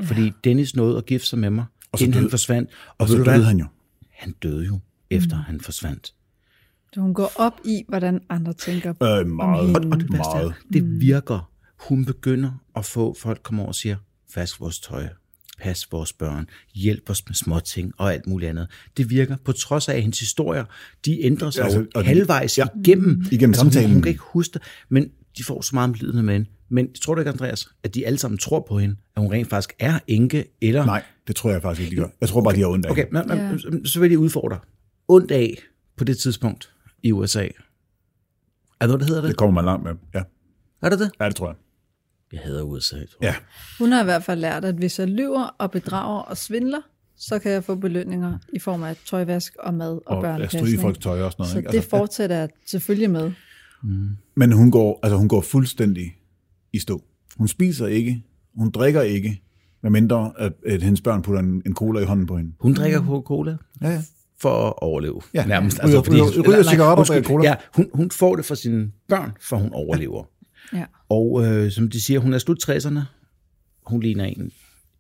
S1: Fordi Dennis nåede at gifte sig med mig, og
S2: så
S1: inden han
S2: døde-
S1: forsvandt. Og,
S2: Og
S1: ved
S2: så
S1: du hvad?
S2: døde Altså, han jo.
S1: Han døde jo, efter han forsvandt.
S3: Så hun går op i, hvordan andre tænker.
S2: Øh, meget,
S3: hende.
S1: Og det værste
S2: meget.
S1: er, det virker. Hun begynder at få folk kommer over og siger, vask vores tøj, pas vores børn, hjælp os med småting og alt muligt andet. Det virker på trods af at hendes historier. De ændrer sig
S2: Ja, altså,
S1: altså,
S2: og de-
S1: halvvejs
S2: ja, Mm.
S1: ja, igennem. Altså,
S2: igennem
S1: hun-
S2: samtalen.
S1: Hun kan ikke huske det, men de får så meget om lidende med hende. Men tror du ikke, Andreas, at de alle sammen tror på hende, at hun rent faktisk er enke, eller...
S2: Nej, det tror jeg faktisk ikke, de gør. Jeg tror bare, de har ondt af
S1: Okay,
S2: hende.
S1: men,
S3: Ja.
S1: men, så vil jeg udfordre dig. Ondt af på det tidspunkt i USA. Er det, hvad det hedder
S2: Det
S1: det?
S2: kommer man langt med. Ja,
S1: Er det det?
S2: ja det tror jeg.
S1: Jeg hader USA, tror jeg.
S2: Ja.
S3: Hun har i hvert fald lært, at hvis jeg lyver og bedrager og svindler, så kan jeg få belønninger i form af tøjvask og mad og,
S2: Og at
S3: børnepasning.
S2: stryge folks tøj og sådan noget.
S3: Så
S2: Ikke? Altså,
S3: det
S2: ja.
S3: fortsætter jeg selvfølgelig med.
S2: Men hun går, altså, hun går fuldstændig i stå. Hun spiser ikke, hun drikker ikke, medmindre at, at hendes børn putter en, en cola i hånden på hende.
S1: Hun drikker Coca-Cola
S2: Ja, ja.
S1: for at overleve.
S2: Ja.
S1: nærmest.
S2: Ryger- ryger- ryger
S1: eller- nej,
S2: cigaretter og
S1: undskyld.
S2: drikker cola.
S1: Ja, hun, hun får det fra sine børn, for hun overlever.
S3: Ja.
S1: Og øh, som de siger, hun er slut 60'erne. Hun ligner en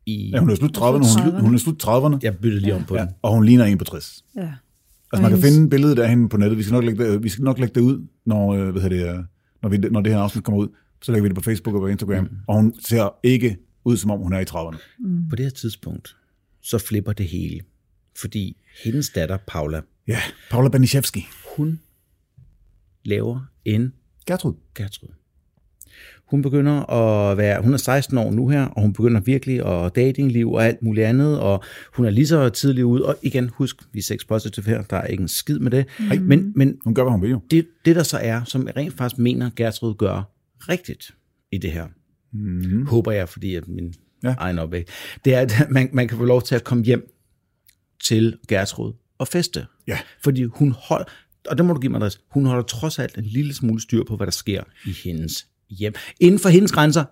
S1: i...
S2: Ja, hun er slut 30'erne, hun, er- hun er slut 30'erne.
S1: Jeg byttede lige om på ja.
S2: Ja,
S1: den.
S2: og hun ligner en på 60.
S3: ja. Øhm,
S2: Altså, man kan finde billedet af hende på nettet. Vi skal nok lægge det, vi skal nok lægge det ud, når, øh, hvad hedder det, øh, når, vi, når det her afsnit kommer ud. Så lægger vi det på Facebook og på Instagram. Mm. Og hun ser ikke ud, som om hun er i 30'erne.
S1: På det her tidspunkt, så flipper det hele. Fordi hendes datter, Paula,
S2: Ja, Paula Banishevski.
S1: hun laver en
S2: Gertrud.
S1: Gertrud. Hun begynder at være, hun er 16 år nu her, og hun begynder virkelig at datingliv og alt muligt andet, og hun er lige så tidlig ud, og igen, husk, vi er sex positive her, der er ikke en skid med det, mm. men, men
S2: Hun gør, hvad hun vil jo.
S1: det, det der så er, som jeg rent faktisk mener, Gertrud gør rigtigt i det her, mm. håber jeg, fordi at min
S2: Mhm. Ja.
S1: ja. egen opvækst, det er, at man, man kan få lov til at komme hjem til Gertrud og feste.
S2: Ja.
S1: Fordi hun holder, og det må du give mig adresse, hun holder trods alt en lille smule styr på, hvad der sker i hendes hjem. Inden for hendes grænser,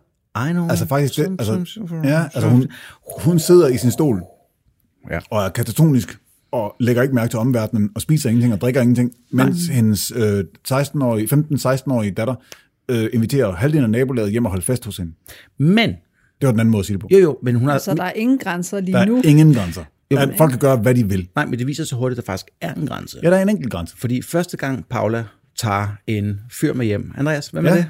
S1: I know.
S2: Altså faktisk, det,
S1: Som-
S2: altså,
S1: som- som- som-
S2: ja, altså hun, hun sidder i sin stol
S1: Ja.
S2: og er katatonisk og lægger ikke mærke til omverdenen og spiser ingenting og drikker ingenting, mens Nej. hendes øh, 16-årige, 15-16-årige datter øh, inviterer halvdelen af nabolaget hjem og holder fest hos hende.
S1: Men,
S2: Det var den anden måde at sige det på.
S1: jo jo, men hun har...
S3: Så der er ingen grænser lige
S2: Der er
S3: nu.
S2: ingen grænser. Ja, folk kan gøre, hvad de vil.
S1: Nej, men det viser sig hurtigt, at der faktisk er en grænse.
S2: Ja, der er en enkelt grænse.
S1: Fordi første gang Paula tager en fyr med hjem. Andreas, hvem ja. er
S2: Ja.
S1: det?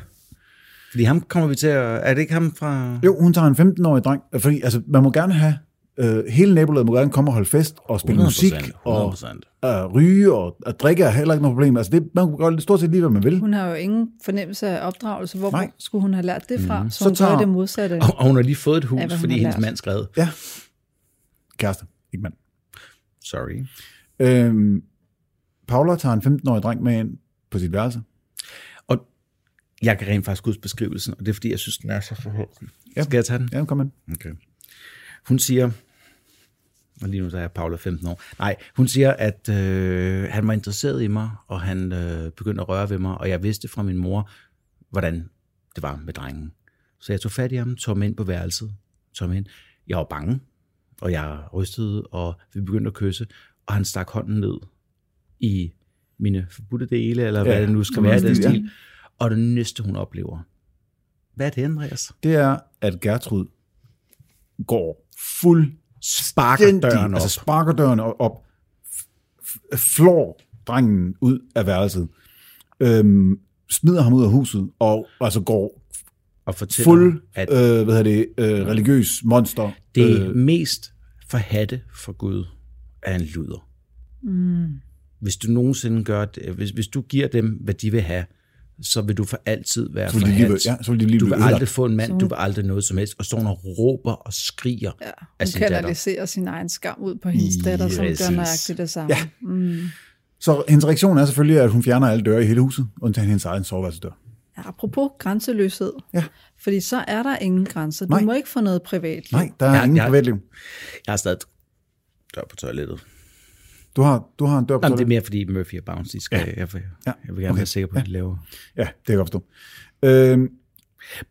S1: Fordi ham kommer vi til at... Er det ikke ham fra...
S2: Jo, hun tager en 15-årig dreng, øh, fordi altså, man må gerne have, øh, hele nabolaget må gerne komme og holde fest og spille
S1: 100%,
S2: musik og
S1: 100%.
S2: øh, ryge og, og drikke er heller ikke noget problem. Altså, det, man kan godt stort set lige, hvad man vil.
S3: Hun har jo ingen fornemmelse af opdragelse. Hvor
S2: Nej. Mm-hmm.
S3: Nej. skulle hun have lært det fra? Mm. Så,
S2: Så
S3: hun tager...
S2: tager-
S3: gør det modsatte.
S1: Og, og hun har lige fået et hus,
S3: Ja, hvad hun
S1: fordi
S3: har
S1: hendes
S3: lært.
S1: mand skred.
S2: Ja. Kæreste, ikke mand.
S1: Sorry.
S2: Øhm, Paula tager en 15-årig dreng med ind på sit værelse.
S1: Og jeg kan rent faktisk huske beskrivelsen, og det er fordi, jeg synes, den er så forhåbentlig. Ja. Skal jeg tage den?
S2: Ja, kom ind.
S1: Okay. Hun siger, og lige nu der er Paula 15 år, nej, hun siger, at øh, han var interesseret i mig, og han øh, begyndte at røre ved mig, og jeg vidste fra min mor, hvordan det var med drengen. Så jeg tog fat i ham, tog ham ind på værelset, tog ham ind. Jeg var bange, og jeg rystede, og vi begyndte at kysse, og han stak hånden ned i mine forbudte dele, eller ja,
S2: Ja,
S1: hvad det nu skal
S2: det var
S1: være i den
S2: stil, ja.
S1: stil. Og det næste, hun oplever. Hvad er det, Andreas?
S2: Det er, at Gertrud går fuld
S1: Sparker døren op.
S2: Altså sparker døren o- op, f- f- flår drengen ud af værelset, øhm, smider ham ud af huset, og altså går
S1: og fortæller,
S2: fuld,
S1: Fuld, at øh,
S2: øh, hvad hedder det, øh, religiøs monster.
S1: det øh,
S2: øh,
S1: mest forhatte for Gud er en luder. Mm. Hvis du nogensinde gør det, hvis, hvis du giver dem, hvad de vil have, så vil du for altid være
S2: så vil de lige,
S1: forhadt.
S2: blive- ja, så vil de lige
S1: Du
S2: blive
S1: vil
S2: ødelagt.
S1: aldrig få en mand, du vil aldrig noget som helst, og står hun og råber og skriger
S3: Ja,
S1: af
S3: hun
S1: sin datter.
S3: kanaliserer sin egen skam ud på hendes datter, som
S1: Præcis.
S3: gør nøjagtigt det samme. Ja. Mm.
S2: Så hendes reaktion er selvfølgelig, at hun fjerner alle døre i hele huset, undtagen hendes egen soveværelsesdør.
S3: Ja, apropos grænseløshed.
S2: Ja.
S3: Fordi så er der ingen grænser. Du
S2: Nej.
S3: Nej. må ikke få noget privat.
S2: Nej, der er
S1: Ja,
S2: ja, ingen
S1: ja.
S2: privatliv.
S1: Jeg har stadig dør på toilettet.
S2: Du har, du har en dør på
S1: Jamen, det er
S2: toilettet.
S1: mere fordi Murphy og Bounce, de skal, ja. jeg, vil,
S2: Ja,
S1: jeg vil gerne
S2: okay.
S1: okay. være sikker på, at de laver.
S2: Ja, det kan jeg godt forstå. Øhm,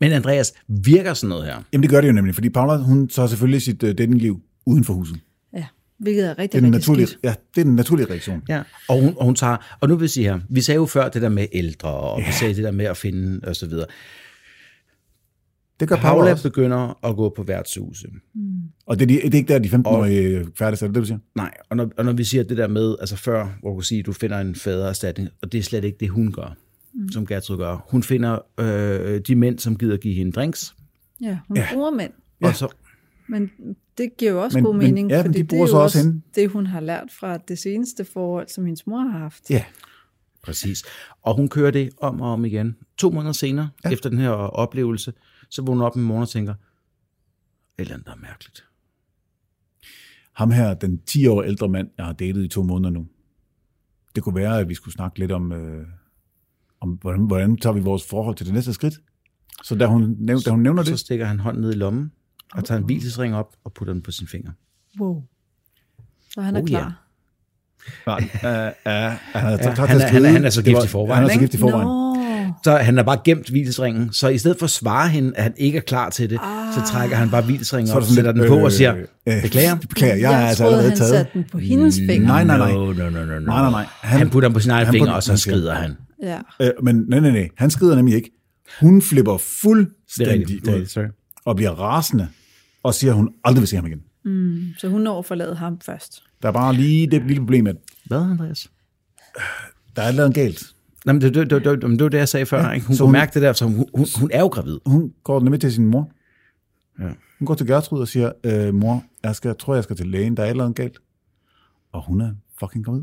S1: Men Andreas, virker sådan noget her?
S2: jamen det gør det jo nemlig, fordi Paula, hun tager selvfølgelig sit øh, datingliv uden for huset. Det
S3: Ja, hvilket er
S2: er,
S3: rigtig,
S2: den
S3: rigtig
S2: naturlige,
S3: skidt.
S2: ja, det er den naturlige reaktion.
S1: Ja. Og, hun, og hun tager, og nu vil jeg sige her, vi sagde jo før det der med ældre, og ja. vi sagde det der med at finde, og så videre.
S2: Det gør Paula,
S1: Paula
S2: også.
S1: begynder at gå på værtshuse.
S2: Og det er, de, det er ikke der, de 15-årige færdes, er det det, du siger?
S1: Nej, og når, og når vi siger det der med, altså før, hvor du siger, du finder en fadererstatning, og det er slet ikke det, hun gør, mm. som Gertrud gør. Hun finder øh, de mænd, som gider give hende drinks,
S3: Ja, hun ja. bruger mænd.
S1: ja. og så
S3: Men det giver jo også
S2: Men-
S3: men, god
S2: men-
S3: mening,
S2: ja, men
S3: fordi
S2: de
S3: det
S2: bruger
S3: er
S2: så
S3: jo
S2: også
S3: også
S2: hende.
S3: det, hun har lært fra det seneste forhold, som hendes mor har haft.
S2: Ja.
S1: Præcis. Og hun kører det om og om igen. To måneder senere, ja. efter den her oplevelse, så vågner hun op en morgen og tænker, et eller andet, der er mærkeligt.
S2: Ham her, den 10 år ældre mand, jeg har datet i to måneder nu. Det kunne være, at vi skulle snakke lidt om, øh, om hvordan, hvordan tager vi vores forhold til det næste skridt. Så da hun, næv- da hun nævner
S1: Og så
S2: det,
S1: stikker han hånden ned i lommen, og tager en hvilesring op og putter den på sin finger.
S3: Wow. Så han er
S1: Oh,
S3: oh,
S1: ja.
S3: klar. Ja.
S2: Nej, øh, øh, han er,
S1: Ja,
S2: ja,
S1: han er- han er- han er så gift i forvejen,
S2: Han er så
S1: ikke?
S2: gift i forvejen.
S3: Nå,
S1: Så han har bare gemt hvilesringen, så i stedet for at svare hende, at han ikke er klar til det, ah. så trækker han bare hvilesringen
S2: Så er
S1: op,
S2: der sådan
S1: sætter
S2: lidt,
S1: den på og
S2: øh,
S1: siger,
S2: øh,
S1: beklager.
S2: Beklager, jeg, er
S3: jeg
S2: altså
S3: troede,
S2: allerede
S3: han
S2: taget.
S3: satte den på hendes finger.
S2: Nej, nej, nej.
S1: No, no, no, no, no.
S2: Nej, nej, nej.
S1: Han, han putter den på sin egen
S2: han
S1: finger,
S2: putter-
S1: og så
S2: han siger-
S1: skrider han.
S3: Ja.
S2: Øh, men nej, nej, nej. Han skrider nemlig ikke. Hun flipper
S1: Det er rigtigt.
S2: fuldstændig
S1: Det er,
S2: ud
S1: sorry.
S2: og bliver rasende og siger, at hun aldrig vil se ham igen.
S3: Så hun når at forlade ham først.
S2: Der er bare lige det lille problem, at
S1: Hvad, Andreas?
S2: der er noget galt.
S1: Nej, men det, det, det, det, det, det var det, jeg sagde før. Ja, ikke? Hun
S2: så
S1: kunne hun,
S2: hun-
S1: mærke det der, så hun, hun, hun er jo gravid.
S2: Hun går nemlig til sin mor.
S1: Ja.
S2: Hun går til Gertrud og siger, øh, mor, jeg skal, tror, jeg skal til lægen. Der er noget galt. Og hun er fucking gravid.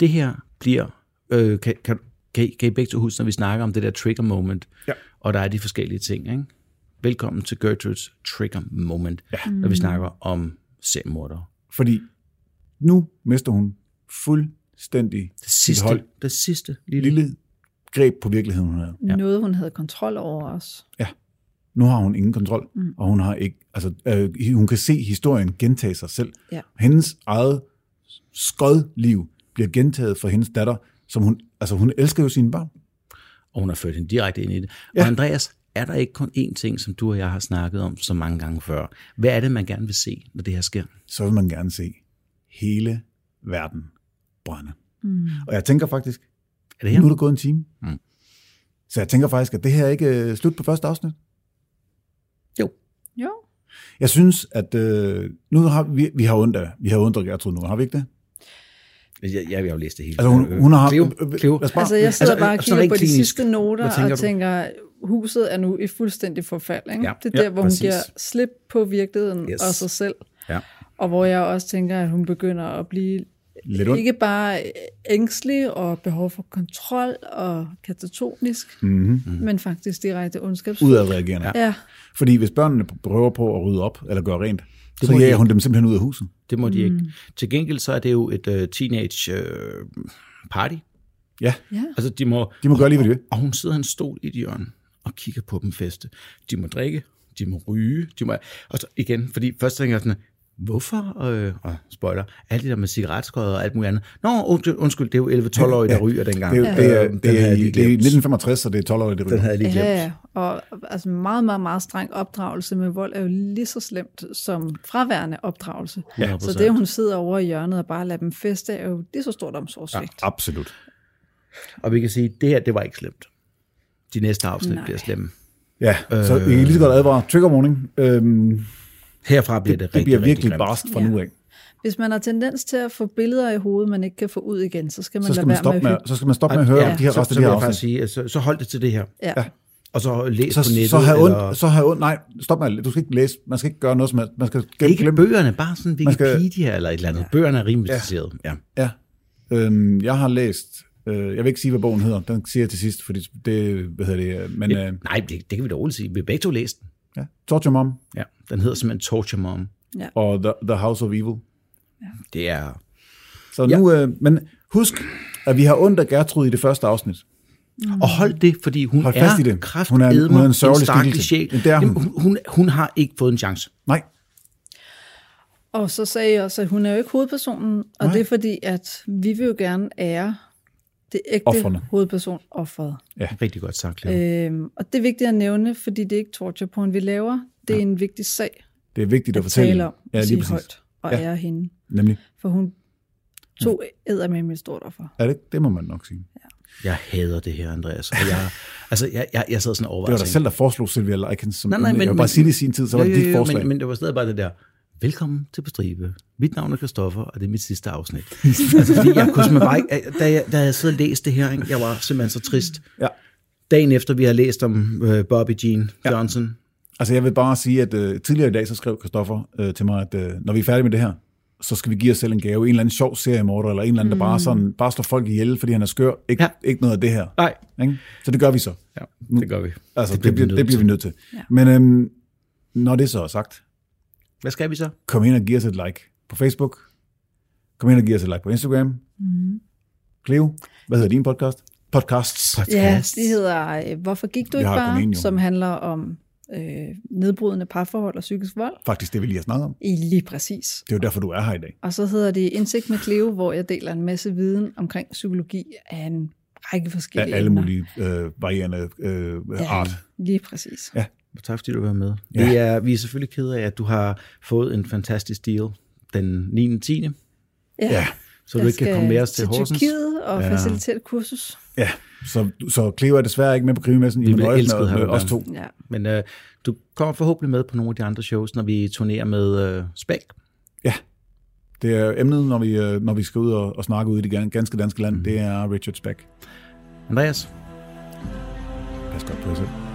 S1: Det her bliver, øh, kan, kan, kan, I- kan I begge to huske, når vi snakker om det der trigger moment,
S2: Ja.
S1: og der er de forskellige ting. Ikke? Velkommen til Gertrudes trigger moment, ja. når vi snakker om seriemordere.
S2: Fordi nu mister hun fuldstændig
S1: Det sidste,
S2: hold.
S1: det sidste
S2: et
S1: lille, lille.
S2: lille greb på virkeligheden, hun havde.
S1: Ja.
S3: Ja. Noget, hun havde kontrol over os.
S2: Nu har hun ingen kontrol, mm. og hun har ikke, altså, øh, hun kan se historien gentage sig selv.
S3: Ja.
S2: Hendes eget skodliv bliver gentaget for hendes datter, som hun, altså hun elsker jo sine børn.
S1: og hun har ført hende direkte ind i det. Ja.
S2: Ja.
S1: Og Andreas, er der ikke kun én ting, som du og jeg har snakket om så mange gange før? Hvad er det, man gerne vil se, når det her sker?
S2: Så vil man gerne se hele verden brænde. Mm. Og jeg tænker faktisk,
S1: Er det
S2: nu er
S1: her?
S2: der gået en time.
S1: Mm.
S2: Så jeg tænker faktisk, at det her er ikke øh, slut på første afsnit.
S1: Jo.
S3: Jo.
S2: Jeg synes, at øh, nu har vi, vi har ondt af, vi har ondt af Gertrud nu, har vi ikke det?
S1: Jeg, jeg, jeg vil jo læse det hele.
S2: Altså, hun, hun har... øh,
S1: Cleo, Cleo.
S2: Lad os bare,
S3: Altså, jeg
S1: Altså,
S3: sidder altså, bare og
S1: sådan
S3: kigger
S1: rent
S3: på de
S1: klinisk,
S3: sidste noter
S1: hvad tænker
S3: og
S1: du?
S3: tænker, huset er nu i fuldstændig forfald. Ikke?
S1: Ja,
S3: det er der,
S2: ja,
S3: hvor hun
S2: præcis.
S3: giver slip på virkeligheden
S1: Yes.
S3: yes. og sig selv.
S1: Ja.
S3: Og hvor jeg også tænker, at hun begynder at blive
S2: Lidt ondt.
S3: ikke bare øh, ængstelig og behov for kontrol og katatonisk, mm-hmm. men faktisk direkte ondskabsfuld.
S2: udadreagerende. Ja.
S3: Ja,
S2: Fordi hvis børnene prøver på at rydde op eller gøre rent, det så
S1: må de
S2: jager
S1: ikke.
S2: hun dem simpelthen ud af huset.
S1: Det må de ikke. Til gengæld så er det jo et øh, teenage øh, party.
S2: Ja,
S3: ja.
S1: Altså, de må,
S2: de må gøre lige, hvad de vil.
S1: og hun sidder i en stol i et hjørne og kigger på dem feste. De må drikke, de må ryge, de må... Og så igen, fordi først tænker jeg sådan, hvorfor, øh, og spoiler, alt det der med cigaretskodder og alt muligt andet. Nå, undskyld, undskyld det er jo 11-12-årige, der ryger dengang.
S2: Det er, jo- det er,
S1: Øh, den
S2: det er,
S1: havde jeg
S2: i-
S1: lige
S2: det er i
S1: glemt.
S2: 1965, og det er 12 år, det
S1: Den havde
S2: ryger.
S1: jeg lige glemt.
S3: ja, ja. Og altså meget, meget, meget streng opdragelse med vold er jo lige så slemt som fraværende opdragelse.
S1: Ja,
S3: så det, hun sidder over i hjørnet og bare lader dem feste, er jo det er så stort omsorgsvigt.
S2: Absolut.
S1: Og vi kan sige, det her, det var ikke slemt. De næste afsnit
S3: Nej.
S1: bliver slemme.
S2: Ja,
S1: Øh.
S2: så jeg kan lige så godt advare. Trigger warning. Øhm,
S1: Herfra bliver det, det rigtig,
S2: det bliver
S1: rigtig
S2: virkelig
S1: grimt.
S2: barst fra
S3: Ja.
S2: nu af.
S3: Hvis man har tendens til at få billeder i hovedet, man ikke kan få ud igen, så skal man
S2: Så skal
S3: lade
S2: man
S3: være
S2: stoppe
S3: med at
S2: med,
S3: hygge.
S2: så skal man stoppe med at høre om de her
S1: så,
S2: resten
S1: så,
S2: af de
S1: vil
S2: her
S1: jeg faktisk
S2: afsnit.
S1: sige, altså, så hold det til det her.
S3: Ja.
S2: Ja.
S1: Og så læs
S2: Så,
S1: på nettet.
S2: så har jeg
S1: eller-
S2: ondt, så har jeg ondt. Nej, stop med alt. Du skal ikke læse. Man skal ikke gøre noget som helst. Man skal glemme.
S1: Ikke bøgerne, bare sådan
S2: skal-
S1: Wikipedia skal... eller et eller andet. Bøgerne er rimelig ja. ja.
S2: Ja. Øhm, jeg har læst, øh, jeg vil ikke sige, hvad bogen hedder. Den siger jeg til sidst, fordi det, hvad hedder det, øh, men øh,
S1: Nej, det, det kan vi da roligt sige. Vi har begge to læst den.
S2: ja. Torture Mom
S1: Ja. Den hedder simpelthen Torture Mom.
S2: og The, The House of Evil.
S1: Det er...
S2: Så nu, øh, men husk, at vi har ondt af Gertrud i det første afsnit.
S1: Og hold det, fordi hun
S2: Hold
S1: er
S2: fast i det. Hun
S1: Hun
S2: er en-
S1: er,
S2: hun er en sørgelig
S1: stakkelig
S2: skikkelse.
S1: sjæl.
S2: Jamen, det er hun.
S1: Jamen, Hun, hun, hun har ikke fået en chance.
S2: Nej,
S3: Og så sagde jeg også, at hun er jo ikke hovedpersonen, og
S2: Nej.
S3: det er fordi, at vi vil jo gerne ære det ægte
S2: Ofrene.
S3: hovedperson, offeret.
S1: Rigtig godt sagt,
S2: Mm.
S1: Cleo.
S3: Øhm, og det er vigtigt at nævne, fordi det er ikke torture porn, vi laver. Det er en vigtig sag
S2: det er vigtigt at
S3: at
S2: fortælle.
S3: tale om,
S2: ja,
S3: at
S2: lige
S3: sige
S2: præcis.
S3: højt og
S2: Ja.
S3: ære hende.
S2: Nemlig.
S3: For hun tog æder med et stort offer.
S2: Er det, det må man nok sige.
S1: Jeg hader det her, Andreas. Og jeg, altså, jeg, jeg, jeg sad sådan og
S2: Det
S1: overvejede.
S2: var dig selv, der foreslog Sylvia Likens. Som,
S1: Nej, nej, men,
S2: jeg vil bare
S1: men,
S2: sige det i sin tid, så var det
S1: Jo, jo,
S2: dit
S1: jo,
S2: forslag.
S1: Men, men det var stadig bare det der, velkommen til på stribe. Mit navn er Christoffer, og det er mit sidste afsnit. altså, fordi jeg kunne simpelthen bare ikke, da jeg, da jeg sad og læste det her, ikke, jeg var simpelthen så trist.
S2: Ja.
S1: Dagen efter, vi har læst om øh, Bobby Jean Johnson.
S2: Altså jeg vil bare sige, at øh, tidligere i dag, så skrev Christoffer øh, til mig, at øh, når vi er færdige med det her, så skal vi give os selv en gave. En eller anden sjov seriemorder, eller en eller anden, der bare, sådan, bare slår folk ihjel, fordi han er skør. Ikke, ja.
S1: Mm. Ja.
S2: ikke noget af det her.
S1: Nej.
S2: Ikke? Så det gør vi så.
S1: Ja, det gør vi.
S2: Altså, det, det, bliver,
S1: nødt
S2: det bliver vi
S1: til.
S2: nødt til. Ja.
S3: Ja.
S2: Men øhm, når det så er sagt,
S1: Hvad skal vi så?
S2: kom ind og giv os et like på Facebook. Kom ind og giv os et like på Instagram. Mm.
S1: Mm-hmm.
S2: Cleo, hvad hedder din podcast? Podcasts.
S3: Ja, det hedder øh, Hvorfor gik du
S2: Vi
S3: ikke
S2: har et
S3: bare?
S2: rumænium.
S3: Som handler om øh, nedbrydende parforhold og psykisk vold.
S2: Faktisk det, vi lige har snakket om.
S3: I lige præcis.
S2: Det er jo derfor, du er her i dag.
S3: Og så hedder det Indsigt med Cleo, hvor jeg deler en masse viden omkring psykologi af en række
S2: Af
S3: forskellige
S2: alle
S3: emner.
S2: mulige øh, varierende øh, ja. art.
S3: Lige præcis. Ja.
S1: Tak fordi du var med.
S2: Ja.
S1: Ja. Vi, er, vi er selvfølgelig kede af, at du har fået en fantastisk deal den 9. 10.
S2: Ja.
S1: Så du ikke kan komme med os til,
S3: til
S1: Horsens.
S3: Tyrkiet og
S1: Ja.
S3: ja. facilitere et kursus.
S2: Ja, så, så Cleo er desværre ikke med på Krimimessen. I
S1: Vi
S2: må
S1: ville
S2: nøjes
S1: elske at
S2: med,
S1: have
S2: med
S1: været
S2: os to.
S3: Ja.
S1: Men øh, du kommer forhåbentlig med på nogle af de andre shows, når vi turnerer med øh, Spæk.
S2: Ja. Det er emnet, når vi, øh, når vi skal ud og, og snakke ud i det gan- ganske danske land. Mm. Det er Richard Speck.
S1: Andreas,
S2: Pas godt på jer selv.